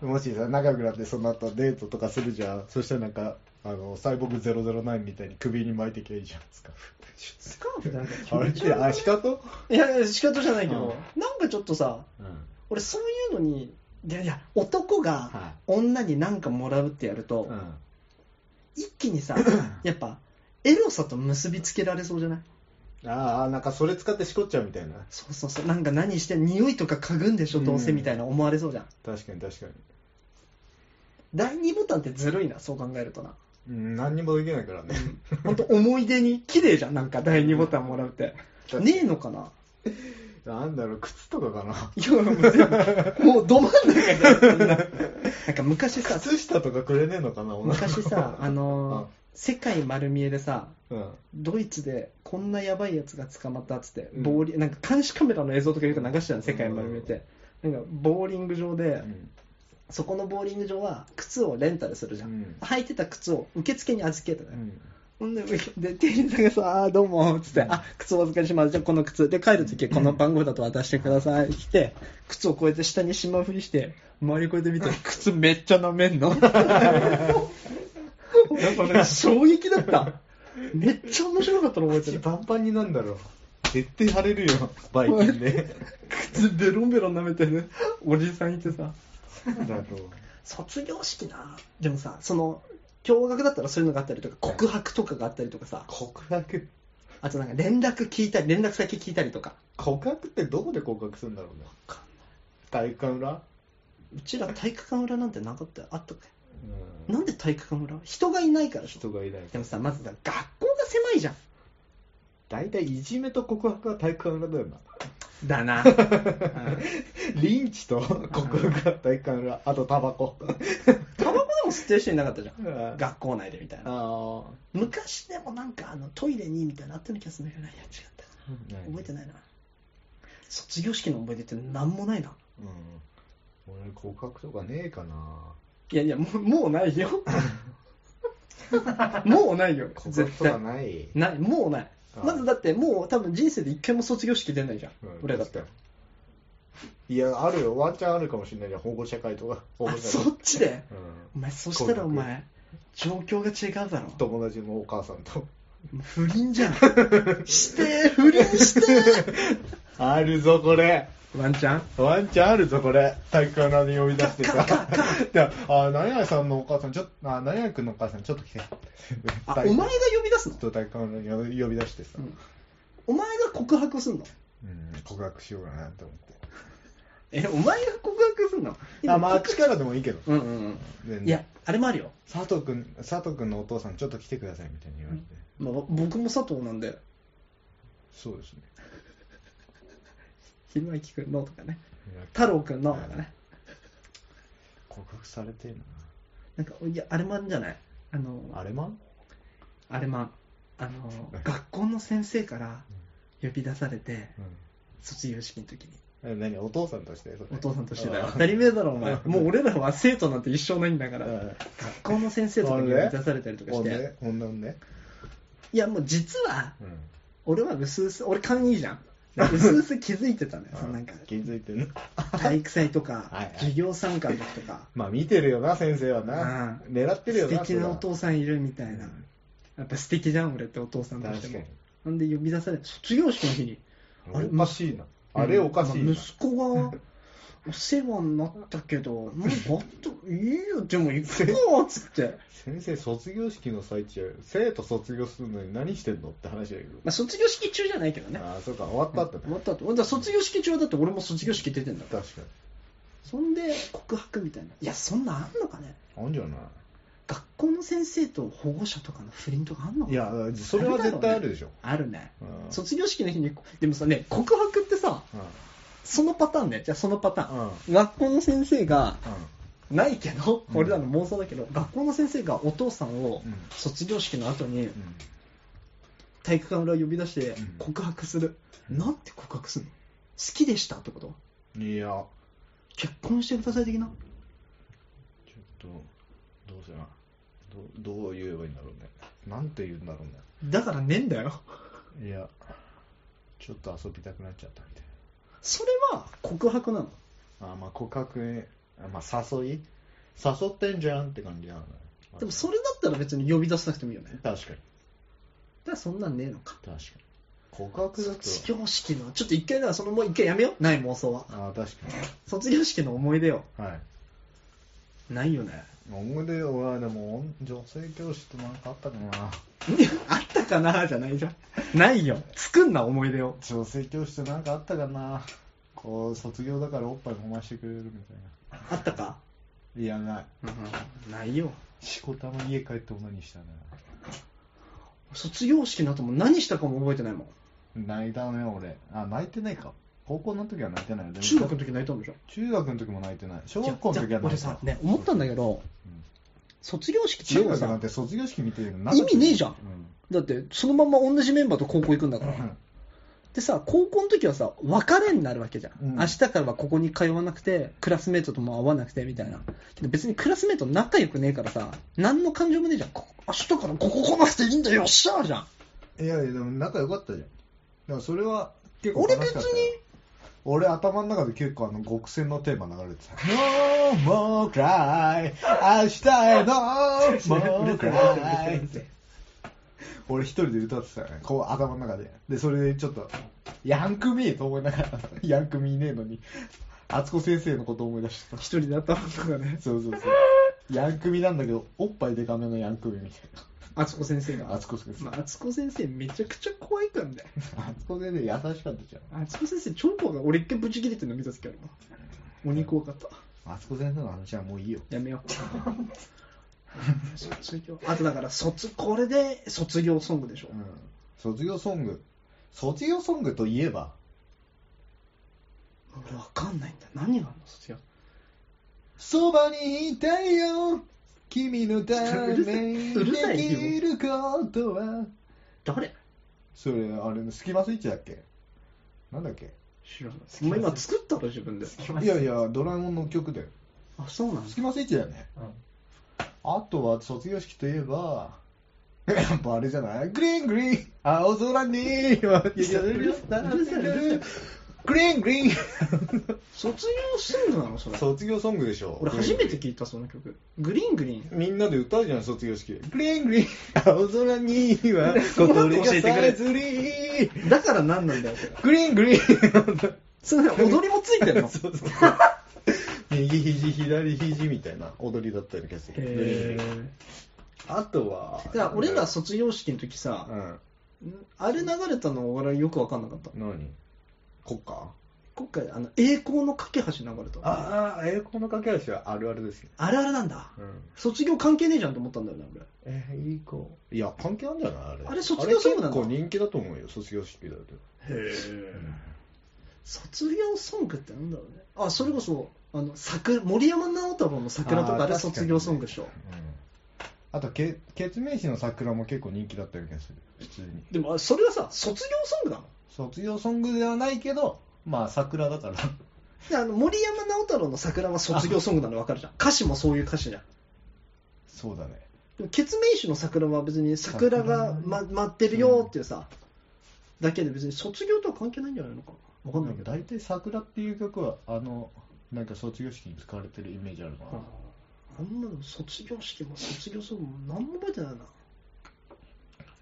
[SPEAKER 1] うもしさ仲良くなってその後デートとかするじゃんそしたらなんかあのサイボーグ009みたいに首に巻いてきゃいいじゃんスカーフ
[SPEAKER 2] スカーフなんか気
[SPEAKER 1] あれ
[SPEAKER 2] 持
[SPEAKER 1] っ
[SPEAKER 2] ち
[SPEAKER 1] て
[SPEAKER 2] 悪
[SPEAKER 1] あ
[SPEAKER 2] い。
[SPEAKER 1] 仕方
[SPEAKER 2] いやいや、仕方じゃないけど、なんかちょっとさ、
[SPEAKER 1] うん
[SPEAKER 2] 俺そういうのに、いやいや、男が
[SPEAKER 1] は
[SPEAKER 2] 女になんかもらうってやると、
[SPEAKER 1] うん
[SPEAKER 2] 一気に さ、やっぱ、エロさと結びつけられそうじゃない
[SPEAKER 1] ああなんかそれ使ってしこっちゃうみたいな
[SPEAKER 2] そうそうそう、なんか何して、匂いとか嗅ぐんでしょ、どうせみたいな思われそうじゃん。
[SPEAKER 1] 確かに確かに
[SPEAKER 2] 第2ボタンってずるいな、そう考えるとな。
[SPEAKER 1] うん何にもできないからね
[SPEAKER 2] 本当思い出に綺麗じゃん、なんか第2ボタンもらう って。ねえのかな
[SPEAKER 1] なんだろう靴とかかない
[SPEAKER 2] や、もう全部、もうど真ん中じゃん、そんな。なんか昔さ、
[SPEAKER 1] 靴下とかくれねえのかな女の子
[SPEAKER 2] 昔 さ、あのー世界丸見えでさ、
[SPEAKER 1] うん
[SPEAKER 2] ドイツでこんなやばいやつが捕まったっつって、
[SPEAKER 1] うん
[SPEAKER 2] ボーリンなんか監視カメラの映像とかよく流してたの、世界丸見えて。なんかボーリング場で、そこのボーリング場は靴をレンタルするじゃん。
[SPEAKER 1] うん
[SPEAKER 2] 履いてた靴を受付に預けてた
[SPEAKER 1] う
[SPEAKER 2] よ。
[SPEAKER 1] ん
[SPEAKER 2] ほんで、で店員さんがさ、あーどうも、つって、あ、靴お預かりします。じゃあこの靴。で、帰るときこの番号だと渡してください。来て、靴をこうやって下にしまうふりして、周りこうやって見て、 靴めっちゃ舐めんの。俺衝撃だった。めっちゃ面白かったの覚えて
[SPEAKER 1] 口
[SPEAKER 2] る。
[SPEAKER 1] パンパンになんだろう絶対腫れるよバイキンで
[SPEAKER 2] 靴ベロンベロン舐めてるおじさんいてさ。
[SPEAKER 1] だと
[SPEAKER 2] 卒業式なでもさ、その、驚愕だったらそういうのがあったりとか、告白とかがあったりとかさ、
[SPEAKER 1] 告白
[SPEAKER 2] あとなんか連絡聞いたり、連絡先聞いたりとか。
[SPEAKER 1] 告白ってどこで告白するんだろうね体育館裏
[SPEAKER 2] うちら体育館裏なんてなかったよあったか
[SPEAKER 1] う
[SPEAKER 2] いなんで体育館裏人がいないからでしょ
[SPEAKER 1] 人がいない
[SPEAKER 2] でもさまずさ学校が狭いじゃん
[SPEAKER 1] 大体いじめと告白は体育館裏だよな
[SPEAKER 2] だな
[SPEAKER 1] リンチと告白は体育館裏あとタバコ
[SPEAKER 2] タバコでも吸ってる人いなかったじゃん
[SPEAKER 1] あ
[SPEAKER 2] 学校内でみたいな
[SPEAKER 1] あ
[SPEAKER 2] 昔でもなんかあのトイレにみたいなのあったような気がするんだけどないや違ったかな覚えてないな卒業式の思い出って何もないな
[SPEAKER 1] うん。俺、告白とかねえかな。
[SPEAKER 2] いやいや、もうもうない よ。もうないよ、
[SPEAKER 1] 告白
[SPEAKER 2] 絶
[SPEAKER 1] とか
[SPEAKER 2] 対。
[SPEAKER 1] ない。
[SPEAKER 2] ない、もうない。
[SPEAKER 1] あ
[SPEAKER 2] まずだって、もう多分人生で一回も卒業式出ないじゃん
[SPEAKER 1] うん、
[SPEAKER 2] 俺だって。
[SPEAKER 1] 確かにいや、あるよ。ワンチャンあるかもしれないじゃん。保護者会とか。保護
[SPEAKER 2] あ、
[SPEAKER 1] 者
[SPEAKER 2] そ
[SPEAKER 1] 会。
[SPEAKER 2] っちで
[SPEAKER 1] うん
[SPEAKER 2] お前、そしたらお
[SPEAKER 1] こうい
[SPEAKER 2] 前、状況が違うだろ。
[SPEAKER 1] 友達のお母さんと。
[SPEAKER 2] 不倫じゃん。 してー、不倫してー。
[SPEAKER 1] あるぞ、これ。
[SPEAKER 2] ワンちゃん
[SPEAKER 1] ワンチャンあるぞ、これ。魚に呼び出してさ。で、あ、何々さんのお母さん、ちょっと、あ、何々くんのお母さん、ちょっと来て。
[SPEAKER 2] あ、お前が呼び出すの
[SPEAKER 1] ちょっと魚に呼び出してさ。
[SPEAKER 2] うんお前が告白すんの
[SPEAKER 1] うん、告白しようかなと思っ
[SPEAKER 2] え、お前が告白すんの
[SPEAKER 1] て。あ、まあ、あっちからでもいいけど。
[SPEAKER 2] うんうん
[SPEAKER 1] で
[SPEAKER 2] うん。いや、、あれもあるよ。
[SPEAKER 1] 佐藤くん、佐藤くんのお父さん、ちょっと来てください、みたいに言われて。
[SPEAKER 2] まあ、僕も佐藤なんで、
[SPEAKER 1] そうですね。
[SPEAKER 2] ひろあきくんのとかね、太郎くんのとかね。
[SPEAKER 1] 告白されてる
[SPEAKER 2] なんか、いや、あれマンじゃないあの、
[SPEAKER 1] な。あれまん
[SPEAKER 2] あれマン。あの、学校の先生から呼び出されて、卒業式の時に。
[SPEAKER 1] え何お父さんとしてそれ
[SPEAKER 2] お父さんとしてだよ
[SPEAKER 1] あ。ー
[SPEAKER 2] 当たり前だろ、お前。
[SPEAKER 1] うん
[SPEAKER 2] もう俺らは生徒なんて一生ないんだから。
[SPEAKER 1] うん
[SPEAKER 2] 学校の先生とかに呼び出されたりとか
[SPEAKER 1] ほ
[SPEAKER 2] し
[SPEAKER 1] ん
[SPEAKER 2] て。
[SPEAKER 1] でほんでほんで
[SPEAKER 2] いや、もう実は、
[SPEAKER 1] うん
[SPEAKER 2] 俺は薄々、俺勘いいじゃん。薄々気づいてたのよ。そのなんか、
[SPEAKER 1] 気づいてる
[SPEAKER 2] 体育祭とか
[SPEAKER 1] はいはい、
[SPEAKER 2] 授業参観の時とか、
[SPEAKER 1] まあ見てるよな先生はな
[SPEAKER 2] う
[SPEAKER 1] 狙ってるよ
[SPEAKER 2] 素
[SPEAKER 1] な
[SPEAKER 2] 敵なお父さんいるみた
[SPEAKER 1] そ
[SPEAKER 2] い
[SPEAKER 1] れ
[SPEAKER 2] な
[SPEAKER 1] は。
[SPEAKER 2] やっぱ素敵じゃん、俺ってお父さ
[SPEAKER 1] うんん
[SPEAKER 2] として
[SPEAKER 1] 確か
[SPEAKER 2] も
[SPEAKER 1] に。
[SPEAKER 2] なんで呼び出された卒業式の日に。あれ
[SPEAKER 1] おかしいなあれおかしい
[SPEAKER 2] うん
[SPEAKER 1] な
[SPEAKER 2] まあ息子がお世話になったけど、なんかあった、いいよ、でも行くか、つ って。
[SPEAKER 1] 先生卒業式の最中生徒卒業するのに何してんのって話だけど
[SPEAKER 2] まあ、卒業式中じゃないけどね。
[SPEAKER 1] ああそうか終わったって
[SPEAKER 2] 終わ
[SPEAKER 1] ね
[SPEAKER 2] った後。だから卒業式中はだって俺も卒業式出てんだから。
[SPEAKER 1] 確か
[SPEAKER 2] そんで告白みたいな。いや、そんなんあんのかね
[SPEAKER 1] にあんじゃな
[SPEAKER 2] 学校の先生と保護者とかの不倫とかあんのか
[SPEAKER 1] いいやそれは絶対あるでしょ
[SPEAKER 2] あるね。
[SPEAKER 1] うん
[SPEAKER 2] 卒業式の日に、でもさね、告白ってさ、そのパターンね。じゃあそのパターン。
[SPEAKER 1] うんうん
[SPEAKER 2] 学校の先生が、
[SPEAKER 1] う
[SPEAKER 2] ないけど、
[SPEAKER 1] うん
[SPEAKER 2] 俺らの妄想だけど、学校の先生がお父さんを
[SPEAKER 1] んうん
[SPEAKER 2] 卒業式の後に
[SPEAKER 1] うん
[SPEAKER 2] 体育館裏呼び出して
[SPEAKER 1] うん
[SPEAKER 2] 告白する。
[SPEAKER 1] うん
[SPEAKER 2] なんて告白するの好きでしたってこと
[SPEAKER 1] いやちょ
[SPEAKER 2] 結婚してください的な
[SPEAKER 1] っとどうせなどどう言えばいいんだろうねなんて言うんだろうね
[SPEAKER 2] だからねえんだよ。
[SPEAKER 1] いや、ちょっと遊びたくなっちゃったみたい
[SPEAKER 2] それは告白なの。
[SPEAKER 1] な。あまあ告白、あまあ誘い誘ってんじゃんって感じなのね。
[SPEAKER 2] でもそれだったら別に呼び出さなくてもいいよね。だか
[SPEAKER 1] 確かに、
[SPEAKER 2] らそんなんねえのか。
[SPEAKER 1] 確かに。告白だと、
[SPEAKER 2] 卒業式の、ちょっと一回だからそのもう一回やめよう。ない妄想は。
[SPEAKER 1] あ確か
[SPEAKER 2] 卒業式の思い出よ。
[SPEAKER 1] に。はい。
[SPEAKER 2] ないよね。
[SPEAKER 1] 思い出は、でも女性教師となんかあったかな。
[SPEAKER 2] あったかなじゃないじ ゃん。ないよ。作んな思い出を。
[SPEAKER 1] 女性教師となんかあったかな。こう、卒業だからおっぱい飲ましてくれるみたいな。
[SPEAKER 2] あったか
[SPEAKER 1] いや、ない。
[SPEAKER 2] うん、ないよ。
[SPEAKER 1] しこたま家帰って女にしたな。
[SPEAKER 2] 卒業式の後も何したかも覚えてないも
[SPEAKER 1] 泣いたね、俺。あ、泣いてないか。高校の時は泣いてないよ。でも
[SPEAKER 2] ん。中学の時泣いたんでしょ
[SPEAKER 1] 中学の時も泣いてない小学校の時
[SPEAKER 2] じゃ
[SPEAKER 1] は
[SPEAKER 2] あ
[SPEAKER 1] 泣
[SPEAKER 2] 俺
[SPEAKER 1] いてない
[SPEAKER 2] さ、ね、思ったんだけど、
[SPEAKER 1] うん
[SPEAKER 2] 卒業式って
[SPEAKER 1] 中
[SPEAKER 2] 要は
[SPEAKER 1] 学な
[SPEAKER 2] さ
[SPEAKER 1] ん、て卒業式見てるの
[SPEAKER 2] 意味ねえじゃんだってそのまま同じメンバーと高校行くんだから。でさ、高校の時はさ、別れになるわけじゃん。
[SPEAKER 1] うん
[SPEAKER 2] 明日からはここに通わなくて、クラスメートとも会わなくて、みたいな。けど別にクラスメート仲良くねえからさ、何の感情もねえじゃん。こ明日からここ来なくていいんだよ、よっしゃーじゃん。
[SPEAKER 1] うんいやいやでも仲良かったじゃんだからそれは結構
[SPEAKER 2] 俺
[SPEAKER 1] 楽
[SPEAKER 2] 別
[SPEAKER 1] しかったよ
[SPEAKER 2] に、
[SPEAKER 1] 俺頭の中で結構あの極戦のテーマ流れてた「No more cry 明日 へ No
[SPEAKER 2] う
[SPEAKER 1] more
[SPEAKER 2] るせえう
[SPEAKER 1] cry
[SPEAKER 2] る せえうるせえ」
[SPEAKER 1] 俺一人で歌ってたよねこう頭の中ででそれでちょっと「ヤンクミー」と思いながら ヤンクミーねえのに敦子先生のこと思い出してた
[SPEAKER 2] 一人で頭とかね、
[SPEAKER 1] そうそうそう。ヤンクミなんだけど、おっぱいでかめのヤンクミみたい
[SPEAKER 2] あつこ先生が
[SPEAKER 1] な。。あつこ先生。
[SPEAKER 2] まあ、敦子先生めちゃくちゃ怖いからね。
[SPEAKER 1] あつこ先生優しかったじ
[SPEAKER 2] 敦子先生超怖い。俺一回ブチ切れてるの見た時あるもん。鬼怖かった。
[SPEAKER 1] ゃん。あつこ先生の話はもういいよ。
[SPEAKER 2] やめよう。卒業。あとだから、卒、これで卒業ソングでしょ
[SPEAKER 1] う。ん。卒業ソング。卒業ソングといえば、
[SPEAKER 2] 俺わかんないんだ。何があんの卒業。
[SPEAKER 1] そばにいたいよ。君のため
[SPEAKER 2] うるさいうるさ
[SPEAKER 1] で
[SPEAKER 2] いよ
[SPEAKER 1] きることは。
[SPEAKER 2] 誰
[SPEAKER 1] それ、あれのスキマスイッチだっけなんだっけ
[SPEAKER 2] 知らない。お前今作ったろ、自分で。
[SPEAKER 1] いやいや、ドラえもんの曲だよ。
[SPEAKER 2] あ、そうなん
[SPEAKER 1] スキマスイッチだよね。あとは卒業式といえば、やっぱあれじゃないグリーングリーン青空にグリーングリーン
[SPEAKER 2] 卒業ソングなの、それ。
[SPEAKER 1] 卒業ソングでしょ
[SPEAKER 2] 俺初めて聞いた、その曲。グリーングリーン。
[SPEAKER 1] みんなで歌うじゃん卒業式グリーングリーン青空には心がさえずり
[SPEAKER 2] だから何なんだよ、それ。
[SPEAKER 1] グリーングリーン
[SPEAKER 2] それ踊りもついてん の
[SPEAKER 1] そうそう右肘左肘みたいな踊りだったような気がする
[SPEAKER 2] へー
[SPEAKER 1] あとは
[SPEAKER 2] だから俺ら卒業式の時さ、
[SPEAKER 1] うん
[SPEAKER 2] あれ流れたの俺よく分かんなかった
[SPEAKER 1] 何国歌
[SPEAKER 2] 今回あの栄光の架け橋流れたあ
[SPEAKER 1] ああ、栄光の架け橋はあるあるですよ。
[SPEAKER 2] あれあれなんだ
[SPEAKER 1] うん。
[SPEAKER 2] 卒業関係ねえじゃんと思ったんだよね俺
[SPEAKER 1] えー、いい子。いや、関係あるんじゃないあれ。
[SPEAKER 2] あれ卒業ソングなんだ
[SPEAKER 1] あれ結構人気だと思うよ、卒業式だと。
[SPEAKER 2] へえ卒業ソングってなんだろうねあそれこそあの桜森山直太朗の桜と
[SPEAKER 1] あ
[SPEAKER 2] か
[SPEAKER 1] ー
[SPEAKER 2] あれ卒業ソングでしょ、
[SPEAKER 1] あと、け、ケツメイシの桜も結構人気だったような気がする。普通に。
[SPEAKER 2] でもあそれはさ卒業ソングなの
[SPEAKER 1] 卒業ソングではないけど、まあ、桜だから。
[SPEAKER 2] であの森山直太朗の桜は卒業ソングなの分かるじゃん歌詞もそういう歌詞じゃん
[SPEAKER 1] そうだね。
[SPEAKER 2] でもケツメイシの桜は別に桜が、ま、待ってるよっていうさ、だけで別に卒業とは関係ないんじゃないのかなわかんないけど、
[SPEAKER 1] 大体桜っていう曲は、あの、なんか卒業式に使われてるイメージあるな。
[SPEAKER 2] ああんなの卒業式も卒業ソングも何も覚えてないな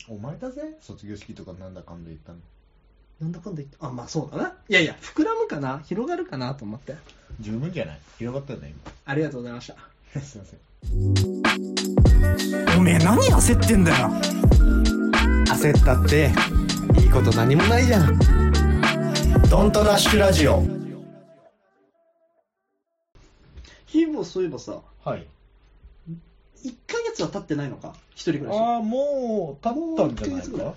[SPEAKER 1] お前だぜ卒業式とかなんだかんだ言ったの。
[SPEAKER 2] なんだかんだ言ってあまあそうだないやいや膨らむかな広がるかなと思って
[SPEAKER 1] 十分じゃない広がったよね、
[SPEAKER 2] ありがとうございました
[SPEAKER 1] 今。 すいません。
[SPEAKER 4] おめえ何焦ってんだよ焦ったっていいこと何もないじゃんドントラッシュラジオ
[SPEAKER 2] ヒーボーそういえばさ
[SPEAKER 1] はい。
[SPEAKER 2] 1ヶ月は経ってないのか一人暮らし
[SPEAKER 1] ああ、もう、経ったんじゃない
[SPEAKER 2] もう一ヶ月ぐらい
[SPEAKER 1] か。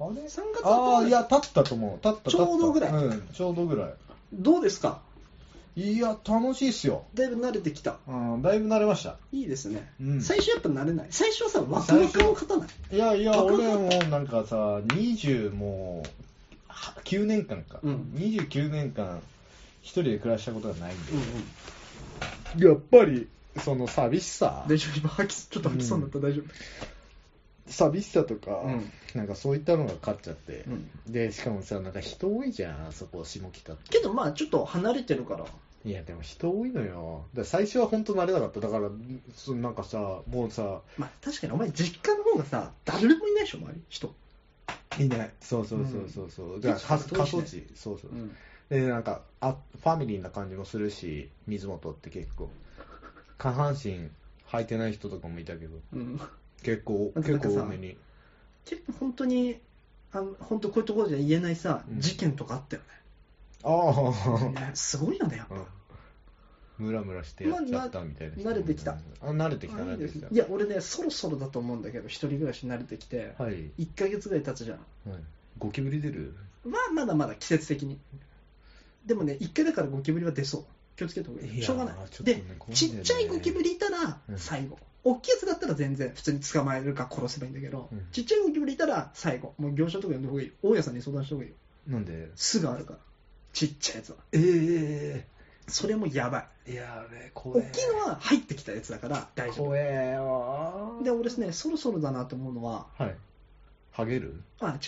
[SPEAKER 1] あれ
[SPEAKER 2] 3月
[SPEAKER 1] ああ、
[SPEAKER 2] はい
[SPEAKER 1] や、経ったと思う。経った、
[SPEAKER 2] ちょうどぐらい
[SPEAKER 1] 経ったうん、ちょうどぐら
[SPEAKER 2] どうですか
[SPEAKER 1] い。いや、楽しいっすよ。
[SPEAKER 2] だいぶ慣れてきた
[SPEAKER 1] うん、だいぶ慣れました。
[SPEAKER 2] いいですね、
[SPEAKER 1] うん
[SPEAKER 2] 最初やっぱ慣れない最初はさワクワクも勝たない
[SPEAKER 1] いやいや、
[SPEAKER 2] バカ
[SPEAKER 1] 俺もなんかさ、20もう、は9年間か。
[SPEAKER 2] うん
[SPEAKER 1] 29年間、一人で暮らしたことがないんで
[SPEAKER 2] うん。
[SPEAKER 1] やっぱり、その寂しさ
[SPEAKER 2] うん、大丈夫今吐きちょっと吐きそうになった、大丈夫
[SPEAKER 1] 寂しさとか
[SPEAKER 2] うん
[SPEAKER 1] なんかそういったのが勝っちゃって
[SPEAKER 2] うん
[SPEAKER 1] で、しかもさ、なんか人多いじゃん、あそこ、下北って。
[SPEAKER 2] けどまあちょっと離れてるから
[SPEAKER 1] いや、でも人多いのよ。だから最初は本当慣れなかった。だから、そなんかさ、もうさ、
[SPEAKER 2] まあ確かにお前実家の方がさ誰もいないでしょ周り人、
[SPEAKER 1] いない。そうそうそうそうそう。だから
[SPEAKER 2] 結
[SPEAKER 1] 仮
[SPEAKER 2] 構
[SPEAKER 1] 仮
[SPEAKER 2] 人
[SPEAKER 1] 想
[SPEAKER 2] 多いし
[SPEAKER 1] 地、そうそう。で、なんかあ、ファミリーな感じもするし、水本って結構。下半身履いてない人とかもいたけど、
[SPEAKER 2] うん、
[SPEAKER 1] 結構、
[SPEAKER 2] なんかさ
[SPEAKER 1] 結構多めに。
[SPEAKER 2] 結構本当にあの本当こういうところじゃ言えないさ、
[SPEAKER 1] うん
[SPEAKER 2] 事件とかあったよ
[SPEAKER 1] ああ、
[SPEAKER 2] ねすごいよねやっぱ、
[SPEAKER 1] ムラムラしてやっちゃったみたいな人もい
[SPEAKER 2] まあな慣れてきた。
[SPEAKER 1] あ、慣れてきた、
[SPEAKER 2] あい
[SPEAKER 1] 慣
[SPEAKER 2] いで
[SPEAKER 1] れ
[SPEAKER 2] す
[SPEAKER 1] てき
[SPEAKER 2] ね
[SPEAKER 1] た
[SPEAKER 2] い。や俺ねそろそろだと思うんだけど一人暮らし慣れてきて、
[SPEAKER 1] はい。はい。
[SPEAKER 2] 一1か月ぐらい経つじゃん
[SPEAKER 1] ゴキブリ出る
[SPEAKER 2] まあまだまだ季節的にでもね1回だからゴキブリは出そう気をつけた方がいい
[SPEAKER 1] いやー
[SPEAKER 2] しょうがない
[SPEAKER 1] ちょっとね
[SPEAKER 2] で
[SPEAKER 1] 怖いんだよね
[SPEAKER 2] ちっちゃいゴキブリいたら
[SPEAKER 1] うん
[SPEAKER 2] 最後、大きいやつだったら全然普通に捕まえるか殺せばいいんだけど、
[SPEAKER 1] うん
[SPEAKER 2] ちっちゃいゴキブリいたら最後もう業者とか呼んだ方がいいよ大家さんに相談した方がいいよ
[SPEAKER 1] なんで
[SPEAKER 2] 巣があるからちっちゃいやつは
[SPEAKER 1] ええ
[SPEAKER 2] それもやばい
[SPEAKER 1] いやあれ怖
[SPEAKER 2] 大
[SPEAKER 1] え
[SPEAKER 2] きいのは入ってきたやつだから大丈
[SPEAKER 1] 怖えよ
[SPEAKER 2] 夫で俺ねそろそろだなと思うのは
[SPEAKER 1] はいハゲる
[SPEAKER 2] あ違う違う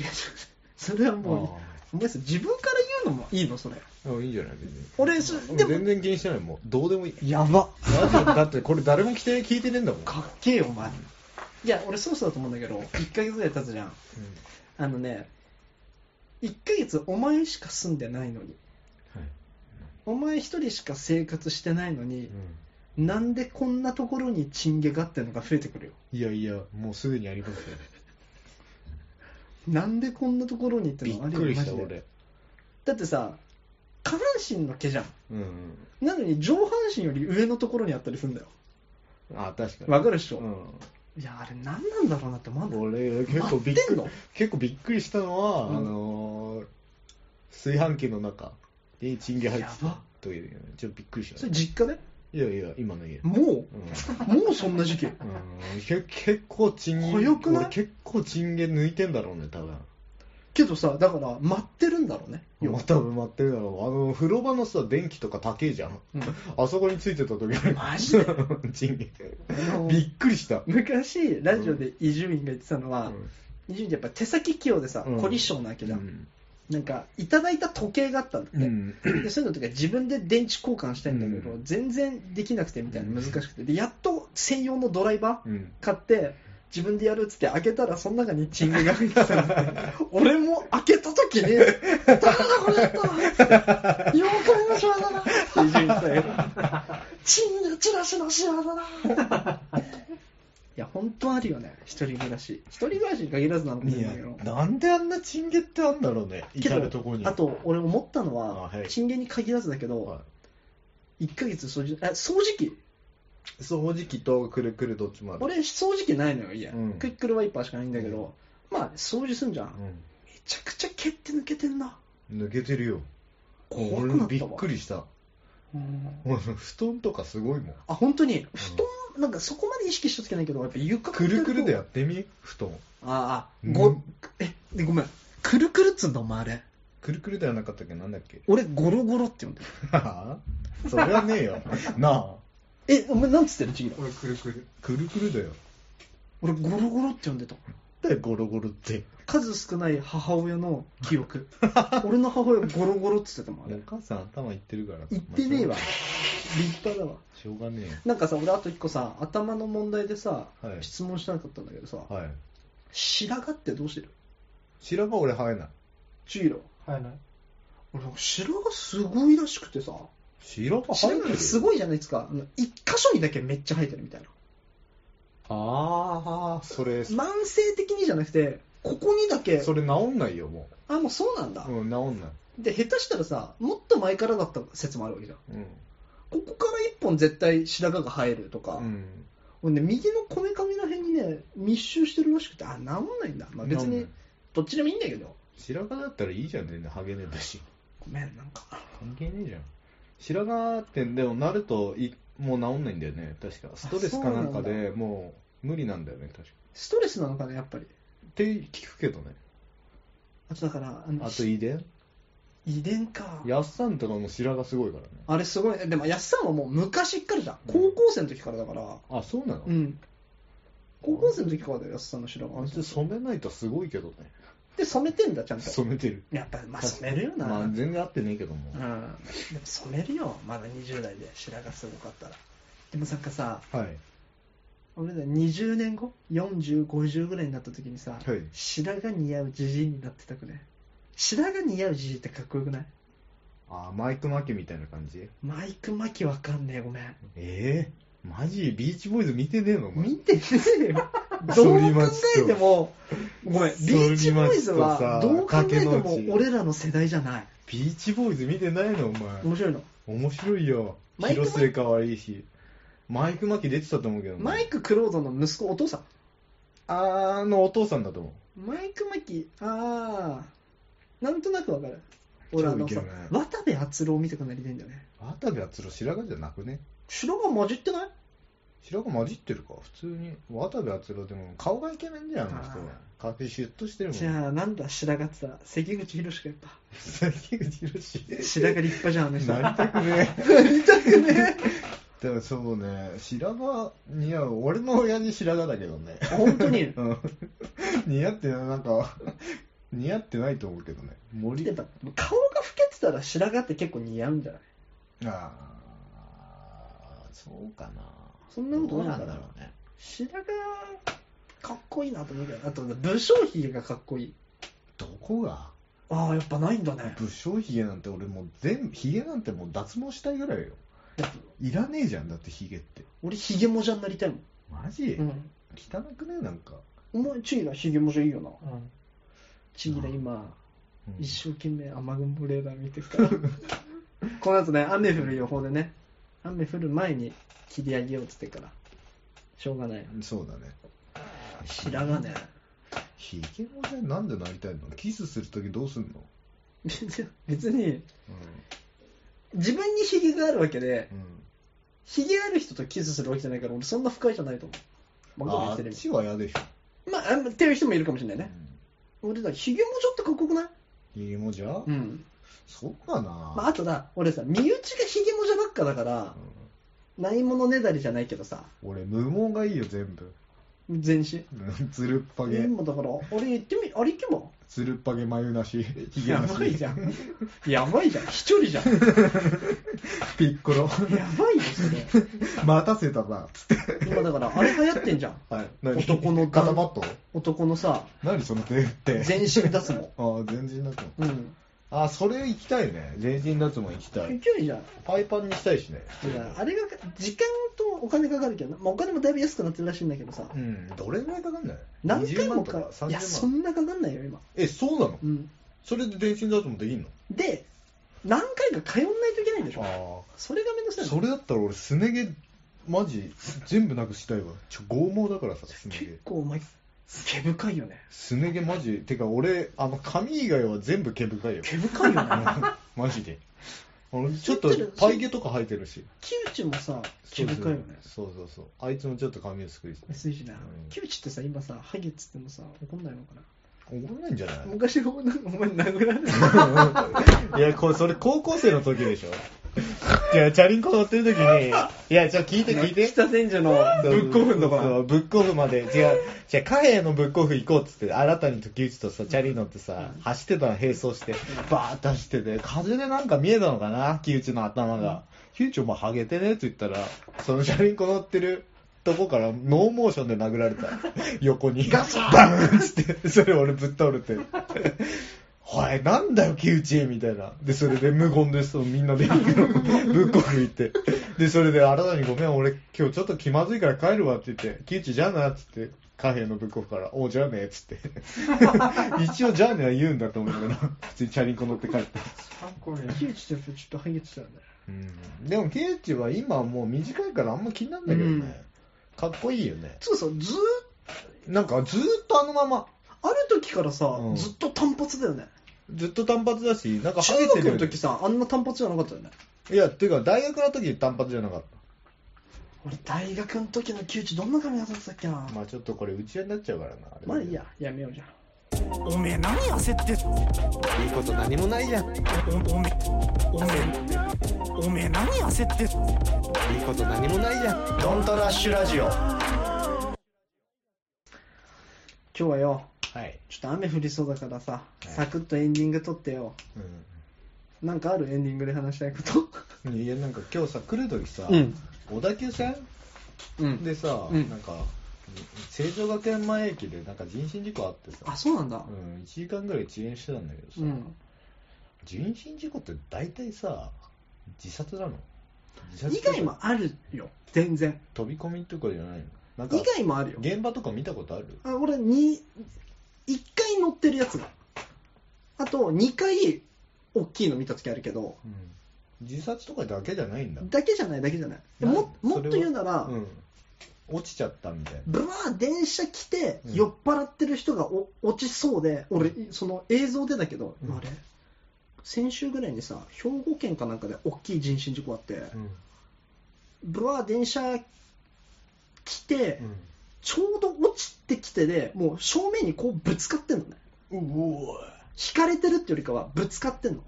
[SPEAKER 2] それはもうお前さ自分から言うのもいいのそれ
[SPEAKER 1] あーいいんじゃない別に
[SPEAKER 2] 俺そ
[SPEAKER 1] 俺
[SPEAKER 2] でも
[SPEAKER 1] 全然気にしてないもうどうでもいい
[SPEAKER 2] やば
[SPEAKER 1] マジでだってこれ誰も規定聞いてねえんだもん
[SPEAKER 2] かっけえよお前いや俺そろそろだと思うんだけど1ヶ月ぐらい経つじゃんあのね1ヶ月お前しか住んでないのに
[SPEAKER 1] はい
[SPEAKER 2] お前一人しか生活してないのに
[SPEAKER 1] う、ん
[SPEAKER 2] なんでこんなところにチンゲがってのが増えてくるよ
[SPEAKER 1] いやいやもうすでにありますよ
[SPEAKER 2] なんでこんなところにって
[SPEAKER 1] び
[SPEAKER 2] のあ
[SPEAKER 1] っ
[SPEAKER 2] るよ
[SPEAKER 1] くりし
[SPEAKER 2] マ
[SPEAKER 1] た
[SPEAKER 2] ジで
[SPEAKER 1] 俺
[SPEAKER 2] だってさ下半身の毛じゃん
[SPEAKER 1] うん
[SPEAKER 2] なのに上半身より上のところにあったりするんだよ
[SPEAKER 1] あ確かに
[SPEAKER 2] わかるっしょ、
[SPEAKER 1] う
[SPEAKER 2] いやあれ何なんだろうなって思うんだ
[SPEAKER 1] ん
[SPEAKER 2] よ
[SPEAKER 1] 俺結構びっ
[SPEAKER 2] 合って
[SPEAKER 1] く
[SPEAKER 2] ん
[SPEAKER 1] り
[SPEAKER 2] の
[SPEAKER 1] 結構びっくりしたのは、
[SPEAKER 2] うん
[SPEAKER 1] あのー炊飯器の中にチンゲ入って
[SPEAKER 2] やば
[SPEAKER 1] たというねちょっとびっくりしま
[SPEAKER 2] それ
[SPEAKER 1] し
[SPEAKER 2] 実家で
[SPEAKER 1] たいやいや今の家
[SPEAKER 2] も
[SPEAKER 1] うん
[SPEAKER 2] うもうそんな時期
[SPEAKER 1] うんけ結構チンゲ
[SPEAKER 2] 早くない
[SPEAKER 1] 俺結構チンゲ抜いてんだろうね多分
[SPEAKER 2] けどさだから待ってるんだろうね要
[SPEAKER 1] ま
[SPEAKER 2] は
[SPEAKER 1] あ、多分待ってるだろう。あの、風呂場のさ、電気とか高えじゃん。
[SPEAKER 2] うん
[SPEAKER 1] あそこについてた時ある。
[SPEAKER 2] マジで
[SPEAKER 1] 賃金。
[SPEAKER 2] あの
[SPEAKER 1] びっくりした。
[SPEAKER 2] 昔ラジオで伊集院が言ってたのは、
[SPEAKER 1] うん
[SPEAKER 2] 伊集院ってやっぱ手先器用でさ、
[SPEAKER 1] うん
[SPEAKER 2] 凝り性なわけ
[SPEAKER 1] う
[SPEAKER 2] じゃん、
[SPEAKER 1] ん
[SPEAKER 2] なんかいただいた時計があったんだって、
[SPEAKER 1] うん
[SPEAKER 2] でそういうのとか自分で電池交換したいんだけど、
[SPEAKER 1] うん
[SPEAKER 2] 全然できなくてみたいな難しくてでやっと専用のドライバ
[SPEAKER 1] うん
[SPEAKER 2] ー買って自分でやるっつって開けたらその中にチンゲが入ってたんだって俺も開けた時 に「誰だこれ!」と「妖怪の仕業だな」って伊集院さんが言ってた「チンゲチラシの仕業だな」いや本当あるよね一人暮らし一人暮らしに限らずなのかもし
[SPEAKER 1] い
[SPEAKER 2] れな
[SPEAKER 1] や
[SPEAKER 2] いけど、
[SPEAKER 1] なんであんなチンゲってあんだろうね。
[SPEAKER 2] け
[SPEAKER 1] 至
[SPEAKER 2] ど
[SPEAKER 1] るとこに。
[SPEAKER 2] あと俺思ったのは
[SPEAKER 1] あはい
[SPEAKER 2] チンゲに限らずだけど、
[SPEAKER 1] は
[SPEAKER 2] 1ヶ月掃除あ掃除機
[SPEAKER 1] い、掃除機とくるくるどっちもある。
[SPEAKER 2] 俺掃除機ないのよ家、
[SPEAKER 1] うん
[SPEAKER 2] クイックルワイパーしかないんだけど、まあ掃除すんじゃん、めちゃくちゃ毛って抜けてんな
[SPEAKER 1] うん、抜けてるよ。
[SPEAKER 2] 怖く
[SPEAKER 1] 俺
[SPEAKER 2] なったわ
[SPEAKER 1] びっくりした。
[SPEAKER 2] うん
[SPEAKER 1] 俺布団とかすごいもん。
[SPEAKER 2] あ本当に布団、なんかそこまで意識しとつけないけどやっぱ床
[SPEAKER 1] くるくるでや
[SPEAKER 2] あ
[SPEAKER 1] ってみ布団。
[SPEAKER 2] あ
[SPEAKER 1] うん
[SPEAKER 2] ご、えでごめんくるくるっつうんだお前あれ
[SPEAKER 1] くるくるではなかったっけなんだっけ
[SPEAKER 2] 俺ゴロゴロって呼んでる
[SPEAKER 1] そりゃねえよ。なあ。
[SPEAKER 2] えお前なんつってるちぎら
[SPEAKER 1] 俺くるくる。くるくるだよ。
[SPEAKER 2] 俺ゴロゴロって呼んでた
[SPEAKER 1] だよ、ゴロゴロって。
[SPEAKER 2] 数少ない母親の記 憶俺の母親ゴロゴロっつってたもんあ
[SPEAKER 1] お
[SPEAKER 2] れ
[SPEAKER 1] 母さん頭いってるから。
[SPEAKER 2] 言ってねえわ立派だわ
[SPEAKER 1] しょうがねえよ。
[SPEAKER 2] なんかさ、俺あと一個さ、頭の問題でさ、
[SPEAKER 1] はい
[SPEAKER 2] 質問したかったんだけどさ、
[SPEAKER 1] はい。
[SPEAKER 2] 白髪ってどうしてる
[SPEAKER 1] 白髪俺生えない。
[SPEAKER 2] チーロ。
[SPEAKER 3] 入らない。
[SPEAKER 2] 俺、白髪すごいらしくてさ、
[SPEAKER 1] 白髪生
[SPEAKER 2] 白
[SPEAKER 1] えて
[SPEAKER 2] 髪
[SPEAKER 1] る
[SPEAKER 2] すごいじゃないですか。あの一箇所にだけめっちゃ生えてるみたいな。
[SPEAKER 1] ああ、それ、そ
[SPEAKER 2] 慢性的にじゃなくて、ここにだけ、
[SPEAKER 1] れ治んないよ、も
[SPEAKER 2] あ、もうそうなんだ。
[SPEAKER 1] う。うん、治んない。
[SPEAKER 2] で、下手したらさ、もっと前からだった説もあるわけじゃん。
[SPEAKER 1] うん。
[SPEAKER 2] ここから一本絶対白髪が生えるとか、
[SPEAKER 1] うん。
[SPEAKER 2] 俺ね、右のこめかみの辺にね、密集してるらしくて、あ、治んないんだ。まあ別
[SPEAKER 1] 治んな
[SPEAKER 2] に
[SPEAKER 1] い、
[SPEAKER 2] どっちでもいいんだけど。
[SPEAKER 1] 白髪だったらいいじゃん、全然ハゲねえだし。
[SPEAKER 2] ごめん、なんか。
[SPEAKER 1] 関係ねえじゃん。白髪って、でもなるとい、もう治んないんだよね、確か。ストレスかなんか
[SPEAKER 2] そう
[SPEAKER 1] でもう無理なんだよね、確か。
[SPEAKER 2] ストレスなのかね、やっぱり。
[SPEAKER 1] って聞くけどね。
[SPEAKER 2] あとだから、あの
[SPEAKER 1] あと遺伝
[SPEAKER 2] 遺伝か。
[SPEAKER 1] やっさんとかも白髪すごいからね。
[SPEAKER 2] あれすごいね。でも、やっさんはもう昔っからじゃん。
[SPEAKER 1] うん
[SPEAKER 2] 高校生の時からだから。
[SPEAKER 1] あ、そうなの、
[SPEAKER 2] うん。高校生の時からだよ、やっさんの白
[SPEAKER 1] あい
[SPEAKER 2] 髪。
[SPEAKER 1] つ染めないとすごいけどね。
[SPEAKER 2] で、染めてんだ、ちゃんと。
[SPEAKER 1] 染めてる。
[SPEAKER 2] やっぱ、まあ、染めるよな。
[SPEAKER 1] まあ、
[SPEAKER 2] うん。で
[SPEAKER 1] 全然合ってねえけども。
[SPEAKER 2] も、染めるよ。まだ20代で白髪すごかったら。でも、なんかさ、
[SPEAKER 1] はい。
[SPEAKER 2] 俺ら20年後、40、50ぐらいになった時にさ、
[SPEAKER 1] はい
[SPEAKER 2] 白髪似合うじじいになってたくね。白髪似合うじじいってかっこよくない
[SPEAKER 1] あ、マイク・マキみたいな感じ
[SPEAKER 2] マイク・マキわかんねえ、ごめん。
[SPEAKER 1] ええマジビーチボーイズ見てねえのお前
[SPEAKER 2] 見てねえ よ。どう考えても、ごめん、ビーチボーイズは、
[SPEAKER 1] 反
[SPEAKER 2] ど
[SPEAKER 1] 町と
[SPEAKER 2] う考
[SPEAKER 1] さ
[SPEAKER 2] えて
[SPEAKER 1] 竹野
[SPEAKER 2] も
[SPEAKER 1] 内
[SPEAKER 2] 俺らの世代じゃない。
[SPEAKER 1] ビーチボーイズ見てないのお前。
[SPEAKER 2] 面白いの。
[SPEAKER 1] 面白いよ。
[SPEAKER 2] マイク
[SPEAKER 1] 広末可愛いし。マイク・マキ出てたと思うけどね
[SPEAKER 2] マイク・クロードの息子、お父さん。
[SPEAKER 1] あのお父さんだと思う。
[SPEAKER 2] マイク・マキ、あー、なんとなくわかる。俺あの
[SPEAKER 1] 超
[SPEAKER 2] さ
[SPEAKER 1] イケメン、
[SPEAKER 2] 渡部篤郎見てくなりたいんだよね。
[SPEAKER 1] 渡部篤郎白髪じゃなくね
[SPEAKER 2] 白髪混じってない
[SPEAKER 1] 白髪混じってるか普通に。渡部篤郎でも顔がイケメンじゃん、あの人は。顔シュッとしてるもん。
[SPEAKER 2] じゃあ、なんだ、白髪ってさ、関口宏がやっぱ、
[SPEAKER 1] 関口宏
[SPEAKER 2] 白髪立派じゃん、あの人。
[SPEAKER 1] なりたくねえ。
[SPEAKER 2] たくね
[SPEAKER 1] でもそうね、白髪似合う。俺の親父白髪だけどね。
[SPEAKER 2] え。本当に。
[SPEAKER 1] うん。似合ってない、なんか、似合ってないと思うけどね。 森
[SPEAKER 2] やっぱ顔が老けてたら白髪って結構似合うんじゃない
[SPEAKER 1] ああ、そうかな。
[SPEAKER 2] そんなことない
[SPEAKER 1] どうなんだろうね。
[SPEAKER 2] 白髪かっこいいなと思うけどあと武将髭がかっこいい
[SPEAKER 1] どこが
[SPEAKER 2] ああやっぱないんだね
[SPEAKER 1] 武将髭なんて俺もう全部、髭なんてもう脱毛したいぐらいよ。いらねえじゃん、だって髭って。
[SPEAKER 2] 俺ヒゲもじゃになりたいもん、
[SPEAKER 1] マジ、
[SPEAKER 2] うん、
[SPEAKER 1] 汚くねえなんか。
[SPEAKER 2] お前チギラヒゲもじゃいいよな
[SPEAKER 3] うん。
[SPEAKER 2] チギラ今
[SPEAKER 1] うん
[SPEAKER 2] 一生懸命雨雲レーダー見てるから この後ね雨降る予報でね雨降る前に切り上げようっつってからしょうがない
[SPEAKER 1] そうだね。
[SPEAKER 2] 白髪 ね
[SPEAKER 1] ヒゲもね、なんでなりたいのキスするときどうすんの、
[SPEAKER 2] 別に
[SPEAKER 1] う
[SPEAKER 2] 自分にヒゲがあるわけで
[SPEAKER 1] ん
[SPEAKER 2] ヒゲある人とキスするわけじゃないから俺そんな不快じゃないと思
[SPEAKER 1] う
[SPEAKER 2] うま
[SPEAKER 1] ん、あ
[SPEAKER 2] あどうも言って
[SPEAKER 1] っ
[SPEAKER 2] る
[SPEAKER 1] ちは嫌でしょ、
[SPEAKER 2] まあ、あのっていう人もいるかもしれないね。俺さ、ヒゲもちょっとかっこよくない
[SPEAKER 1] ヒゲもじゃ
[SPEAKER 2] うん。
[SPEAKER 1] そうかな、
[SPEAKER 2] まあ、あとな、俺さ、身内がヒゲもじゃばっかだから、ないものねだりじゃないけどさ、
[SPEAKER 1] 俺無毛がいいよ全部
[SPEAKER 2] 全身。
[SPEAKER 1] うんつるっぱ
[SPEAKER 2] で
[SPEAKER 1] げ
[SPEAKER 2] もだから、俺行ってみ、あれ行けば
[SPEAKER 1] つるっぱげ眉なしひげ
[SPEAKER 2] や
[SPEAKER 1] なし
[SPEAKER 2] ばいじゃん。やばいじゃん。一人じゃん。や
[SPEAKER 1] ピッコロ
[SPEAKER 2] ばいよ、それ。
[SPEAKER 1] 待たせたなつって
[SPEAKER 2] 今だから、あれ流行ってんじゃん。
[SPEAKER 1] はい
[SPEAKER 2] 男の
[SPEAKER 1] 肩パッド
[SPEAKER 2] 男のさ、
[SPEAKER 1] 何その手って
[SPEAKER 2] 全身出すも
[SPEAKER 1] ああ全身脱毛
[SPEAKER 2] ん。うん。
[SPEAKER 1] あそれ行きたいね全身脱毛行きたい
[SPEAKER 2] 行けばいいじゃん。
[SPEAKER 1] パイパンにしたいしね
[SPEAKER 2] だからあれが、時間とお金かかるけどな。まあ、お金もだいぶ安くなってるらしいんだけどさ。
[SPEAKER 1] うんどれぐらいかかんない
[SPEAKER 2] 何回も
[SPEAKER 1] 20
[SPEAKER 2] か
[SPEAKER 1] 万とか
[SPEAKER 2] いや
[SPEAKER 1] 30
[SPEAKER 2] そ
[SPEAKER 1] 万
[SPEAKER 2] んなかかんないよ今
[SPEAKER 1] えそうなの
[SPEAKER 2] うん
[SPEAKER 1] それで全身脱毛できんの
[SPEAKER 2] で何回か通んないといけないんでしょ
[SPEAKER 1] あ
[SPEAKER 2] それがめんどくさ
[SPEAKER 1] あ
[SPEAKER 2] いの
[SPEAKER 1] それだったら俺すね毛マジ全部なくしたいわちょ剛毛だからさすね毛
[SPEAKER 2] 結構お前毛深いよね
[SPEAKER 1] すね毛マジてか俺あの髪以外は全部毛深いよ
[SPEAKER 2] 毛深いよね
[SPEAKER 1] マジで俺ちょっ
[SPEAKER 2] 知
[SPEAKER 1] と
[SPEAKER 2] ってる
[SPEAKER 1] パイ毛とか生えてるし
[SPEAKER 2] キウチもさ毛深いよね
[SPEAKER 1] そうそうそうあいつもちょっと髪薄くして
[SPEAKER 2] 薄いしな、
[SPEAKER 1] うん
[SPEAKER 2] キウチってさ今さハゲっつってもさ怒んないのかな
[SPEAKER 1] 怒んないんじゃない
[SPEAKER 2] 昔お前殴られた
[SPEAKER 1] いや、これ、それ高校生の時でしょ。いや、チャリンコ乗ってる時に、いや、ちょ、聞いて聞いて。
[SPEAKER 2] 北千住のブックオフのとこ
[SPEAKER 1] そ
[SPEAKER 2] な
[SPEAKER 1] うブックオフまで、違う、違う、貨幣のブックオフ行こうっつって、新たに時打ちとさ、チャリ乗ってさ、走ってたの並走して、バーッと走ってて、風でなんか見えたのかな、木内の頭が。木内お前ハゲてねって言ったら、そのチャリンコ乗ってるとこからノーモーションで殴られ た。横に。ガサバーンっつって、それ俺ぶっ倒れて。おい、なんだよ、木内みたいな。で、それで無言で、そう、みんなで、ぶっこく行って。で、それで、新たにごめん、俺、今日ちょっと気まずいから帰るわって言って、木内じゃあな、っつって、貨幣のブックオフから、おう、じゃあね、っつ って。一応、じゃあねは言うんだと思いながら、普通にチャリンコ乗って帰った。
[SPEAKER 2] キウチってちょっとハゲてたよね
[SPEAKER 1] うん。でも、木内は今もう短いからあんま気になんだけどね。
[SPEAKER 2] うん
[SPEAKER 1] かっこいいよね。
[SPEAKER 2] そうそうずーっ
[SPEAKER 1] なんか、ずーっとあのまま、
[SPEAKER 2] ある時からさ、
[SPEAKER 1] うん
[SPEAKER 2] ずっと単発だよね
[SPEAKER 1] ずっと単発だし、なんか、ハ
[SPEAKER 2] 中
[SPEAKER 1] ゲて
[SPEAKER 2] 学
[SPEAKER 1] るよ
[SPEAKER 2] の
[SPEAKER 1] ね
[SPEAKER 2] 時さあんな単発じゃなかったよね
[SPEAKER 1] いや、ていうか、大学の時単発じゃなかった。
[SPEAKER 2] 俺大学の時の窮地どんな髪型だったっけな
[SPEAKER 1] まあちょっとこれ打ち合いになっちゃうからな。あれ
[SPEAKER 2] まあいいや。やめようじゃん
[SPEAKER 4] おめえ何焦ってんの
[SPEAKER 1] いいこと何もないじゃん。いい
[SPEAKER 4] おおめおめおめえ何焦ってんの
[SPEAKER 1] こと何もないじゃん。
[SPEAKER 4] ドントラッシュラジオ
[SPEAKER 2] 今日はよ
[SPEAKER 1] はい。
[SPEAKER 2] ちょっと雨降りそうだからさ
[SPEAKER 1] い
[SPEAKER 2] サクッとエンディング撮ってよなんかあるエンディングで話したいこと
[SPEAKER 1] うん。いや、なんか今日さ、来る時さ、
[SPEAKER 2] うん
[SPEAKER 1] 小田急線
[SPEAKER 2] うん
[SPEAKER 1] でさ、
[SPEAKER 2] うん
[SPEAKER 1] なんか、成城学園前駅でなんか人身事故あってさ、
[SPEAKER 2] あそうなんだ
[SPEAKER 1] うん、1時間ぐらい遅延してたんだけどさ、
[SPEAKER 2] うん
[SPEAKER 1] 人身事故って大体さ、自殺なの自殺
[SPEAKER 2] 以
[SPEAKER 1] とか
[SPEAKER 2] 外もあるよ全然
[SPEAKER 1] 飛び込みとかじゃないのなんか
[SPEAKER 2] 以、外もあるよ
[SPEAKER 1] 現場とか見たことある
[SPEAKER 2] あ俺に1回乗ってるやつがあと2回大きいの見た時あるけど
[SPEAKER 1] うん。自殺とかだけじゃないんだ。
[SPEAKER 2] だけじゃないだけじゃない
[SPEAKER 1] なん
[SPEAKER 2] ももっと言うなら、
[SPEAKER 1] うん。落ちちゃったみたいな。
[SPEAKER 2] ブワー電車来て
[SPEAKER 1] うん
[SPEAKER 2] 酔っ払ってる人がお落ちそうで俺その映像でだけど、
[SPEAKER 1] うん
[SPEAKER 2] あれ先週ぐらいにさ兵庫県かなんかで大きい人身事故あってブワー電車来てちょうど落ちてきてでもう正面にこうぶつかってんのね
[SPEAKER 1] うん。うお
[SPEAKER 2] 引かれてるってよりかはぶつかってんの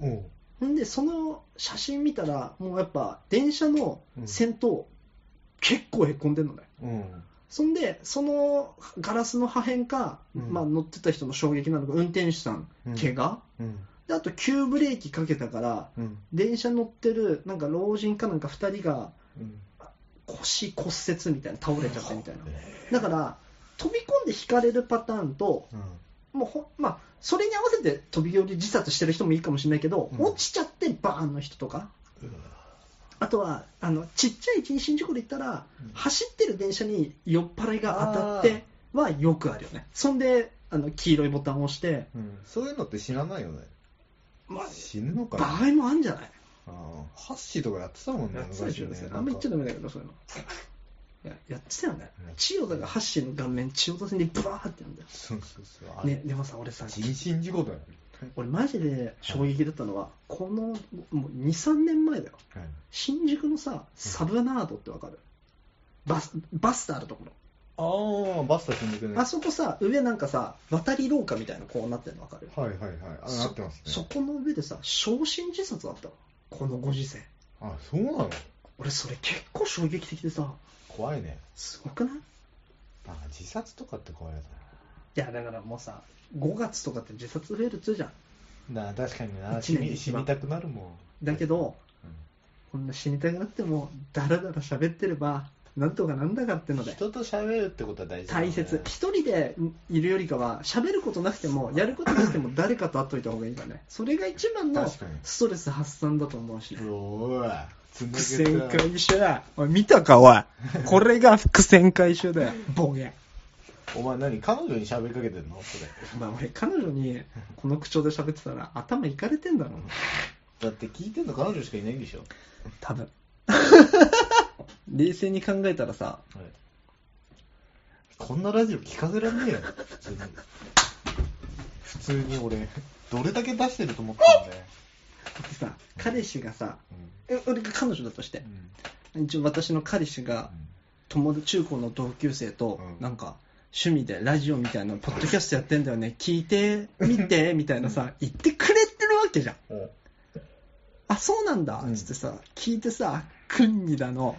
[SPEAKER 1] うん。
[SPEAKER 2] んでその写真見たらもうやっぱ電車の先頭、結構へこんでんのね
[SPEAKER 1] うん。
[SPEAKER 2] そんで、そのガラスの破片か、
[SPEAKER 1] うん
[SPEAKER 2] まあ、乗ってた人の衝撃なのか、運転手さん、怪我、
[SPEAKER 1] うん。
[SPEAKER 2] であと急ブレーキかけたから、
[SPEAKER 1] うん。
[SPEAKER 2] 電車乗ってるなんか老人かなんか2人が
[SPEAKER 1] うん。
[SPEAKER 2] 腰骨折みたいな、倒れちゃったみたいな、だから飛び込んで引かれるパターンと、もうほまあ、それに合わせて飛び降り自殺してる人もいいかもしれないけど、
[SPEAKER 1] うん
[SPEAKER 2] 落ちちゃってバーンの人とか。あとはあのちっちゃい人身事故で言ったら、
[SPEAKER 1] うん
[SPEAKER 2] 走ってる電車に酔っ払いが当たってはよくあるよねそんであの黄色いボタンを押して、
[SPEAKER 1] うん。そういうのって死なないよね。
[SPEAKER 2] まあ、
[SPEAKER 1] 死ぬのか
[SPEAKER 2] 場
[SPEAKER 1] な。
[SPEAKER 2] 合もあるんじゃない
[SPEAKER 1] ああハッシーとかやってたもんね
[SPEAKER 2] やってたでしょ、
[SPEAKER 1] 昔ね
[SPEAKER 2] あんま言っちゃダ
[SPEAKER 1] なんか
[SPEAKER 2] メだけどそういうのいややってたよね
[SPEAKER 1] うん
[SPEAKER 2] 千代田がハッシーの顔面千代田線でブワーってやんだよ、
[SPEAKER 1] そうそうそう。あれ
[SPEAKER 2] ね、でもさ俺さ
[SPEAKER 1] 人身事故だよ。
[SPEAKER 2] 俺マジで衝撃だったのはこのもう23年前だよ新宿のさサブナードってわかるバスバスターあるところ
[SPEAKER 1] ああ、バスタ積んでくね。
[SPEAKER 2] あそこさ、上なんかさ、渡り廊下みたいなこうなってるの分かる
[SPEAKER 1] はいはいはい。あ、なってますね。
[SPEAKER 2] そこの上でさ、焼身自殺あったわこのご時世。
[SPEAKER 1] あ、そうなの
[SPEAKER 2] 俺それ結構衝撃的でさ、
[SPEAKER 1] 怖いね。
[SPEAKER 2] すごくない
[SPEAKER 1] なんか自殺とかって怖いやつ
[SPEAKER 2] いやだからもうさ、5月とかって自殺増えるっつうじゃん。
[SPEAKER 1] だな。だ確かにな、
[SPEAKER 2] 一
[SPEAKER 1] 死
[SPEAKER 2] 年に
[SPEAKER 1] に
[SPEAKER 2] 一
[SPEAKER 1] 死
[SPEAKER 2] 番
[SPEAKER 1] にたくなるもん。
[SPEAKER 2] だけど、
[SPEAKER 1] うん
[SPEAKER 2] こんな死にたくなっても、だらだら喋ってれば、なんとかなんだかってので。
[SPEAKER 1] 人と喋るってことは大事だよね
[SPEAKER 2] 大切一人でいるよりかは喋ることなくてもやることなくても誰かと会っといた方がいいからねそれが一番の
[SPEAKER 1] 確かに
[SPEAKER 2] ストレス発散だと思うしね
[SPEAKER 1] おいつな
[SPEAKER 2] 苦
[SPEAKER 1] げた
[SPEAKER 2] 戦回収だおい見たかおいこれが伏線回収だよボケ
[SPEAKER 1] お前何彼女に喋りかけてんのそれ
[SPEAKER 2] お前俺彼女にこの口調で喋ってたら頭いかれてんだろ
[SPEAKER 1] だって聞いてんの彼女しかいないんでしょ
[SPEAKER 2] 多分冷静に考えたらさ
[SPEAKER 1] こんなラジオ聞かせらんねえよ普通に普通に俺どれだけ出してると思ったんだよ、
[SPEAKER 2] だってさ彼氏がさ
[SPEAKER 1] うん
[SPEAKER 2] え俺が彼女だとして
[SPEAKER 1] うん
[SPEAKER 2] 一応私の彼氏が友達中高の同級生と
[SPEAKER 1] うん
[SPEAKER 2] なんか趣味でラジオみたいなポッドキャストやってんだよね聞いて みてみたいなさ言ってくれてるわけじゃん
[SPEAKER 1] うんお
[SPEAKER 2] あそうなんだ
[SPEAKER 1] うん
[SPEAKER 2] つってさ聞いてさくんに だの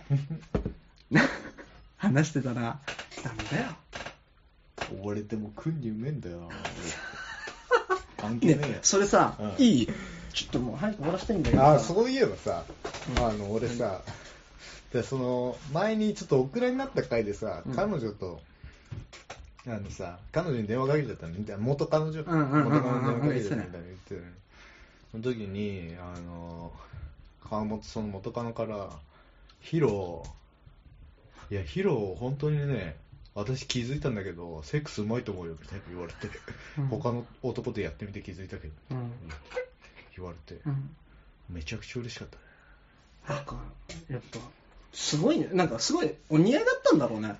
[SPEAKER 2] 話してたらダメだよ
[SPEAKER 1] 溺れても訓にうめえんだよな俺関係ねえ
[SPEAKER 2] ね
[SPEAKER 1] よ
[SPEAKER 2] それさ
[SPEAKER 1] うん
[SPEAKER 2] いいちょっともう早く終わらせたいんだけど
[SPEAKER 1] あ
[SPEAKER 2] さ
[SPEAKER 1] あそういえばさ、あの俺さ、でその前にちょっとオクラになった回でさ、
[SPEAKER 2] うん
[SPEAKER 1] 彼女とあのさ彼女に電話かけちゃったのみたいな元彼女元彼
[SPEAKER 2] うんうんうんう
[SPEAKER 1] 女に電
[SPEAKER 2] ん
[SPEAKER 1] 話かけちゃったみたいな言ってるその時にあの川本その元カノから「ヒロいやヒロ本当にね私気づいたんだけどセックスうまいと思うよ」みたいな言われて、
[SPEAKER 2] うん
[SPEAKER 1] 他の男とやってみて気づいたけど
[SPEAKER 2] うん
[SPEAKER 1] 言われて
[SPEAKER 2] うん
[SPEAKER 1] めちゃくちゃ嬉しかったね
[SPEAKER 2] なんかやっぱすごいねなんかすごいお似合いだったんだろうね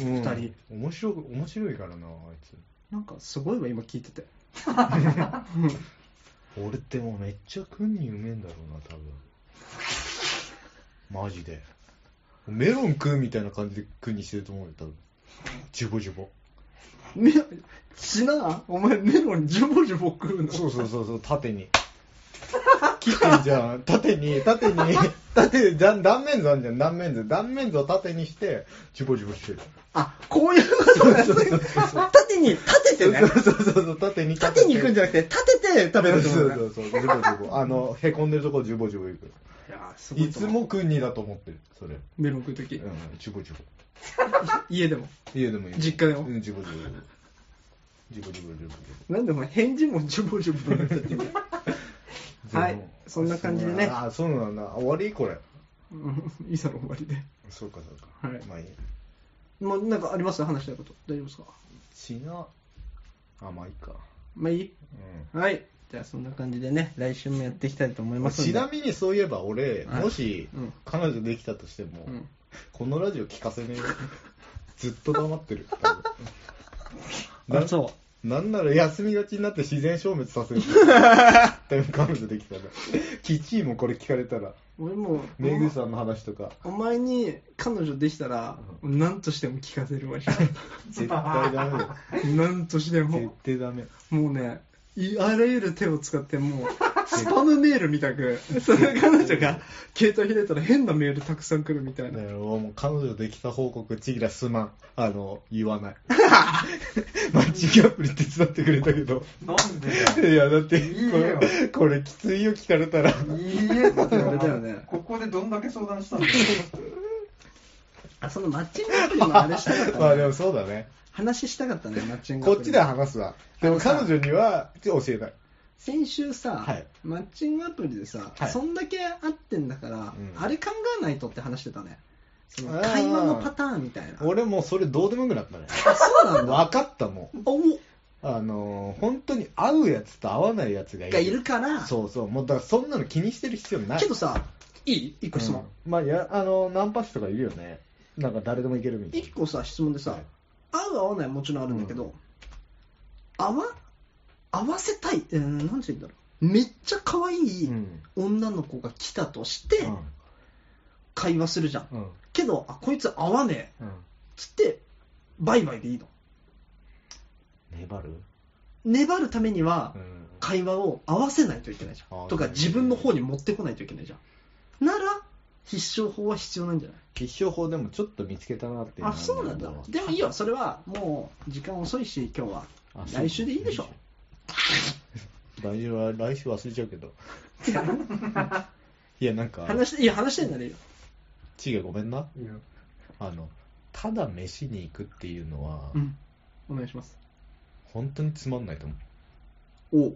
[SPEAKER 1] うん
[SPEAKER 2] 二人
[SPEAKER 1] 面白く面白いからなあいつ
[SPEAKER 2] なんかすごいわ今聞いてて
[SPEAKER 1] 俺ってもうめっちゃ君にうめえんだろうな多分マジでメロン食うみたいな感じで君にしてると思うよ多分ジュボジュボ
[SPEAKER 2] めしなお前メロンジュボジュボ食うの
[SPEAKER 1] そうそうそうそう縦に切ってんじゃん縦に縦に縦にじゃん断面図あんじゃん断面図断面図を縦にしてジュボジュボしてる
[SPEAKER 2] あこういうことだ縦に立ててね
[SPEAKER 1] そうそうそうそう縦に
[SPEAKER 2] 縦に行くんじゃなくて立てて食べるってこ
[SPEAKER 1] そ
[SPEAKER 2] と
[SPEAKER 1] う
[SPEAKER 2] だ
[SPEAKER 1] そ
[SPEAKER 2] ね
[SPEAKER 1] うそうジュボジュボあのへこんでるところジュボジュボいく
[SPEAKER 2] いやすご
[SPEAKER 1] い
[SPEAKER 2] いと
[SPEAKER 1] つ
[SPEAKER 2] 思う
[SPEAKER 1] も君にだと思ってるそれ
[SPEAKER 2] メロン食う時
[SPEAKER 1] うん、ちぼちぼ。
[SPEAKER 2] 家でも
[SPEAKER 1] 家でもいい。
[SPEAKER 2] 実家でも
[SPEAKER 1] うん、ちぼちぼ。ちぼちぼ、ちぼち
[SPEAKER 2] なんでお前返事もジュボジュボになっちゃってる
[SPEAKER 1] ぼ。
[SPEAKER 2] はいそんな感じでね
[SPEAKER 1] ああ、そうなんだ。終わりこれ。
[SPEAKER 2] うん いいさの終わりで
[SPEAKER 1] そうか、そうか。
[SPEAKER 2] はい
[SPEAKER 1] まあいい。
[SPEAKER 2] もうなんかあります話したいこと大丈夫ですか
[SPEAKER 1] 死な。あ、まあいいか。
[SPEAKER 2] まあいい
[SPEAKER 1] うん。
[SPEAKER 2] はいじゃあそんな感じでね来週もやっていきたいと思いますんで
[SPEAKER 1] ちなみにそういえば俺、
[SPEAKER 2] はい
[SPEAKER 1] もし
[SPEAKER 2] うん
[SPEAKER 1] 彼女できたとしても、
[SPEAKER 2] うん
[SPEAKER 1] このラジオ聞かせねえよずっと黙ってる
[SPEAKER 2] あそう
[SPEAKER 1] うなんなら休みがちになって自然消滅さ せるでも彼女できたらキチーもこれ聞かれたら
[SPEAKER 2] 俺もう
[SPEAKER 1] メグさんの話とか
[SPEAKER 2] お前に彼女できたら何としても聞かせるわし
[SPEAKER 1] 絶対ダメだよ
[SPEAKER 2] 何として
[SPEAKER 1] 絶
[SPEAKER 2] も
[SPEAKER 1] 対ダメ
[SPEAKER 2] もうねいあらゆる手を使ってもうスパムメールみたくその彼女が携帯開いたら変なメールたくさん来るみたいな
[SPEAKER 1] だからもう彼女できた報告ちぎらすまんあの言わ ないマッチングアプリ手伝ってくれたけど
[SPEAKER 4] なんで
[SPEAKER 1] いやだって
[SPEAKER 4] いい
[SPEAKER 1] こ
[SPEAKER 4] よ
[SPEAKER 1] れこれきついよ聞かれたら
[SPEAKER 4] いいえだ
[SPEAKER 2] ってあれだよね
[SPEAKER 4] ここでどんだけ相談したんだよ
[SPEAKER 2] あそのマッチングアプリのあれしたかっ
[SPEAKER 1] まあ
[SPEAKER 2] た
[SPEAKER 1] で
[SPEAKER 2] ね
[SPEAKER 1] もそうだね
[SPEAKER 2] 話したかったねマッチングア
[SPEAKER 1] こ
[SPEAKER 2] プリ
[SPEAKER 1] っちで話すわでも彼女には教えない
[SPEAKER 2] 先週さ、
[SPEAKER 1] はい
[SPEAKER 2] マッチングアプリでさ、
[SPEAKER 1] はい
[SPEAKER 2] そんだけ会ってんだから、
[SPEAKER 1] ん
[SPEAKER 2] あれ考えないとって話してたねその
[SPEAKER 1] あー
[SPEAKER 2] 会話のパターンみたいな
[SPEAKER 1] 俺もうそれどうでもよくなったね
[SPEAKER 2] あそうなん だ
[SPEAKER 1] 分かったもん
[SPEAKER 2] お
[SPEAKER 1] あのー本当に合うやつと合わないやつがいる
[SPEAKER 2] がいるから
[SPEAKER 1] そうそうもうだからそんなの気にしてる必要ない
[SPEAKER 2] けどさいい一個質問、
[SPEAKER 1] うんまあやあのナンパ師とかいるよねなんか誰でもいけるみたい
[SPEAKER 2] 一
[SPEAKER 1] な
[SPEAKER 2] 個さ質問でさ、
[SPEAKER 1] はい
[SPEAKER 2] 合う合わないはもちろんあるんだけど、合わ合わせたい、えー、なんて言うんだろうめっちゃ可愛い
[SPEAKER 1] うん
[SPEAKER 2] 女の子が来たとして会話するじゃん、
[SPEAKER 1] うん
[SPEAKER 2] けどあこいつ合わねえ
[SPEAKER 1] うん
[SPEAKER 2] つって売買でいいの
[SPEAKER 1] 粘る
[SPEAKER 2] 粘るためには
[SPEAKER 1] ん
[SPEAKER 2] 会話を合わせないといけないじゃ
[SPEAKER 1] あ
[SPEAKER 2] ん
[SPEAKER 1] ー
[SPEAKER 2] とか自分の方に持ってこないといけないじゃんなら必勝法は必要なんじゃない
[SPEAKER 1] 必勝法でもちょっと見つけたなってい
[SPEAKER 2] あそうなんだでもいいよそれはもう時間遅いし今 日は
[SPEAKER 1] あそう
[SPEAKER 2] 来週でいいでしょ
[SPEAKER 1] 来週は来週忘れちゃうけど
[SPEAKER 2] てか
[SPEAKER 1] いやなんか
[SPEAKER 2] 話していや話してんだね
[SPEAKER 1] ちげごめんな
[SPEAKER 2] よ
[SPEAKER 1] あのただ飯に行くっていうのは、
[SPEAKER 2] うんお願いします
[SPEAKER 1] 本当につまんないと思う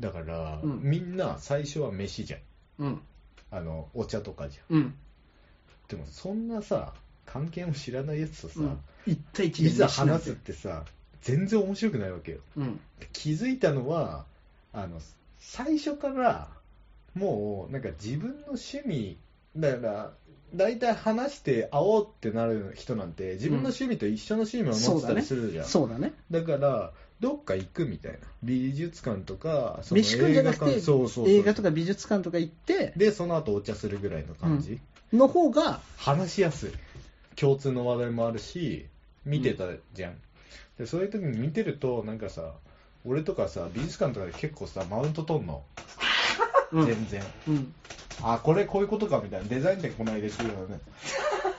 [SPEAKER 2] お
[SPEAKER 1] だから、
[SPEAKER 2] うん
[SPEAKER 1] みんな最初は飯じゃん
[SPEAKER 2] うん
[SPEAKER 1] あのお茶とかじゃん
[SPEAKER 2] うん
[SPEAKER 1] でもそんなさ関係も知らないやつとさ、
[SPEAKER 2] うん一対一で
[SPEAKER 1] いざ
[SPEAKER 2] 飯なん
[SPEAKER 1] 話
[SPEAKER 2] て
[SPEAKER 1] すってさ全然面白くないわけよ
[SPEAKER 2] うん
[SPEAKER 1] 気づいたのはあの最初からもうなんか自分の趣味だから大体話して会おうってなる人なんて自分の趣味と一緒の趣味を持ってたりするじゃん、
[SPEAKER 2] そうだね
[SPEAKER 1] だからどっか行くみたいな美術館とかその
[SPEAKER 2] 飯食うんじゃなく
[SPEAKER 1] 映画
[SPEAKER 2] て
[SPEAKER 1] 館そうそうそう
[SPEAKER 2] 映画とか美術館とか行って
[SPEAKER 1] でその後お茶するぐらいの感じ、
[SPEAKER 2] の方が
[SPEAKER 1] 話しやすい共通の話題もあるし見てたじゃん、でそういう時に見てるとなんかさ俺とかさ美術館とかで結構さマウント取んの
[SPEAKER 2] うん
[SPEAKER 1] 全然、
[SPEAKER 2] うん
[SPEAKER 1] あこれこういうことかみたいなデザインでこないですよ ね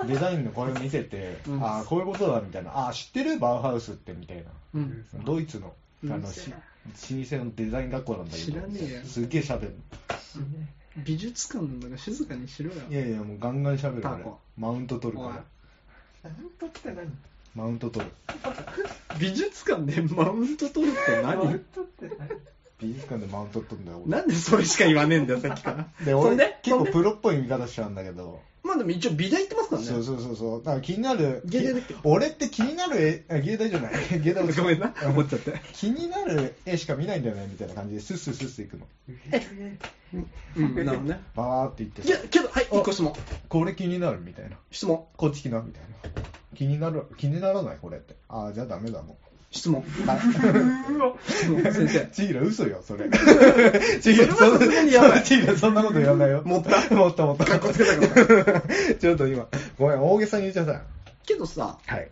[SPEAKER 1] デザインのこれ見せて、
[SPEAKER 2] うん
[SPEAKER 1] あこういうことだみたいなあ知ってるバウハウスってみたいな
[SPEAKER 2] うん
[SPEAKER 1] ドイツのあ
[SPEAKER 2] う
[SPEAKER 1] の
[SPEAKER 2] る
[SPEAKER 1] し
[SPEAKER 2] せえ
[SPEAKER 1] 老舗のデザイン学校なんだけど
[SPEAKER 2] 知らねえよ
[SPEAKER 1] すっげえ喋る
[SPEAKER 2] 美術館なんだから静かにしろよ
[SPEAKER 1] いやいやもうガンガン喋るか
[SPEAKER 2] タ
[SPEAKER 1] ら
[SPEAKER 2] コ
[SPEAKER 1] マウント取るからマウント取る
[SPEAKER 2] 美術館でマウント取るって何
[SPEAKER 1] 美術館でマウント取るんだよ俺
[SPEAKER 2] なんでそれしか言わねえんだよさっきから
[SPEAKER 1] で
[SPEAKER 2] そ
[SPEAKER 1] 俺
[SPEAKER 2] んで
[SPEAKER 1] 結
[SPEAKER 2] そ
[SPEAKER 1] 構
[SPEAKER 2] んで
[SPEAKER 1] プロっぽい見方しちゃうんだけど
[SPEAKER 2] まあでも一応美大行ってますからね
[SPEAKER 1] そうそうそうそうだから気になる
[SPEAKER 2] 芸大だっ
[SPEAKER 1] き
[SPEAKER 2] け
[SPEAKER 1] 俺って気になる絵あ芸大じゃない 芸大
[SPEAKER 2] ごめんな思っちゃって
[SPEAKER 1] 気になる絵しか見ないんだよねみたいな感じでスッスッスッスッいくの
[SPEAKER 2] うんなるほどね
[SPEAKER 1] バーっていって
[SPEAKER 2] いやけどはい
[SPEAKER 1] お
[SPEAKER 2] 一個質問
[SPEAKER 1] これ気になるみたいな
[SPEAKER 2] 質問
[SPEAKER 1] こっち来なみたいな気になる気にならないこれってああじゃあダメだ もん
[SPEAKER 2] 質問質問先生
[SPEAKER 1] ちぎら嘘よ それ
[SPEAKER 2] それはさすがにやばい
[SPEAKER 1] ちぎらそんなこと言わない よ
[SPEAKER 2] 持った
[SPEAKER 1] 持った持った
[SPEAKER 2] かっこつけた から
[SPEAKER 1] ちょっと今ごめん大げさに言っちゃった
[SPEAKER 2] けどさ
[SPEAKER 1] はい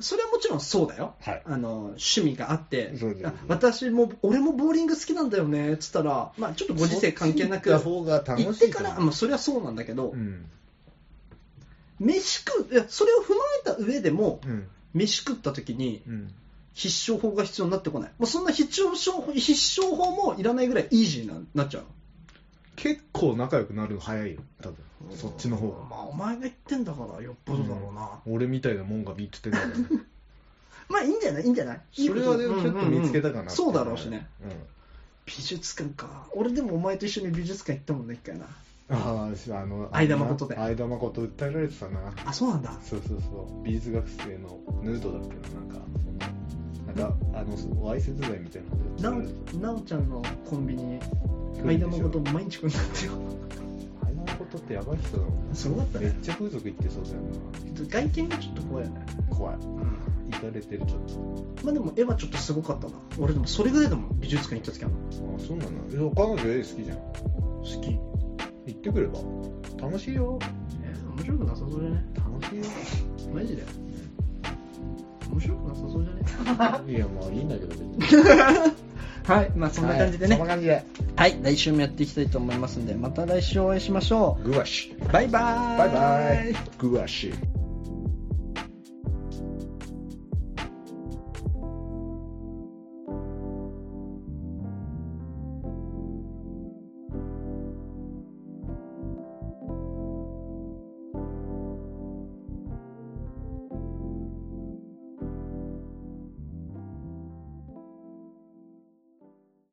[SPEAKER 2] それはもちろんそうだよ、
[SPEAKER 1] はい
[SPEAKER 2] あの趣味があって
[SPEAKER 1] そうです
[SPEAKER 2] あ私も俺もボーリング好きなんだよねっつったら、まあ、ちょっとご時世関係なく
[SPEAKER 1] そっち行った方が楽しい
[SPEAKER 2] 行ってか
[SPEAKER 1] と
[SPEAKER 2] ら
[SPEAKER 1] 思う
[SPEAKER 2] まあ、それはそうなんだけど、
[SPEAKER 1] うん
[SPEAKER 2] 飯食ういやそれを踏まえた上でも
[SPEAKER 1] うん
[SPEAKER 2] 飯食った時に
[SPEAKER 1] うん
[SPEAKER 2] 必勝法が必要になってこないもうそんな必勝法必勝法もいらないぐらいイージーになっちゃう
[SPEAKER 1] 結構仲良くなるの早いよ多分そっちの方が
[SPEAKER 2] まあお前が言ってんだからよっぽどだろうな、
[SPEAKER 1] 俺みたいなもんが見つけてんだ からね
[SPEAKER 2] まあいいんじゃないいいんじゃないいい
[SPEAKER 1] そ
[SPEAKER 2] こと
[SPEAKER 1] れはでもちょっと見つけたかなって、
[SPEAKER 2] うんうんうんそうだろうしね
[SPEAKER 1] うん
[SPEAKER 2] 美術館か俺でもお前と一緒に美術館行ったもんね一回な
[SPEAKER 1] あああの
[SPEAKER 2] 相田誠で
[SPEAKER 1] 相田誠訴えられてたな
[SPEAKER 2] あそうなんだ
[SPEAKER 1] そうそうそう美術学生のヌードだっけななんかなんかあのわいせつ罪みたいなので
[SPEAKER 2] なおなおちゃんのコンビニ
[SPEAKER 1] 来るん
[SPEAKER 2] 間
[SPEAKER 1] でしょ
[SPEAKER 2] のこと毎日来るんだってよ
[SPEAKER 1] 相田誠ってやばい人だもん
[SPEAKER 2] すごかった
[SPEAKER 1] め
[SPEAKER 2] ね
[SPEAKER 1] っちゃ風俗行ってそうだよ
[SPEAKER 2] 外見がちょっと怖いよね
[SPEAKER 1] な怖い
[SPEAKER 2] うん
[SPEAKER 1] 行かれてるちょっと
[SPEAKER 2] まあでも絵はちょっとすごかったな俺でもそれぐらいだもん美術館行った時は
[SPEAKER 1] あそうなのいや彼女絵好きじゃん
[SPEAKER 2] 好きえ
[SPEAKER 1] 行ってくれば楽しいよ
[SPEAKER 2] 面白くなさそうじゃね
[SPEAKER 1] 楽 しいよ
[SPEAKER 2] マジで面白くなさそうじゃ
[SPEAKER 1] い
[SPEAKER 2] ね
[SPEAKER 1] やまあいいんだけど別に
[SPEAKER 2] はいまあそんな感じで
[SPEAKER 1] は
[SPEAKER 2] ね
[SPEAKER 1] いそんな感じで
[SPEAKER 2] はい、来週もやっていきたいと思いますんでまた来週お会いしましょ
[SPEAKER 1] グワシ
[SPEAKER 2] うバイバーイ
[SPEAKER 1] バイバイグワシ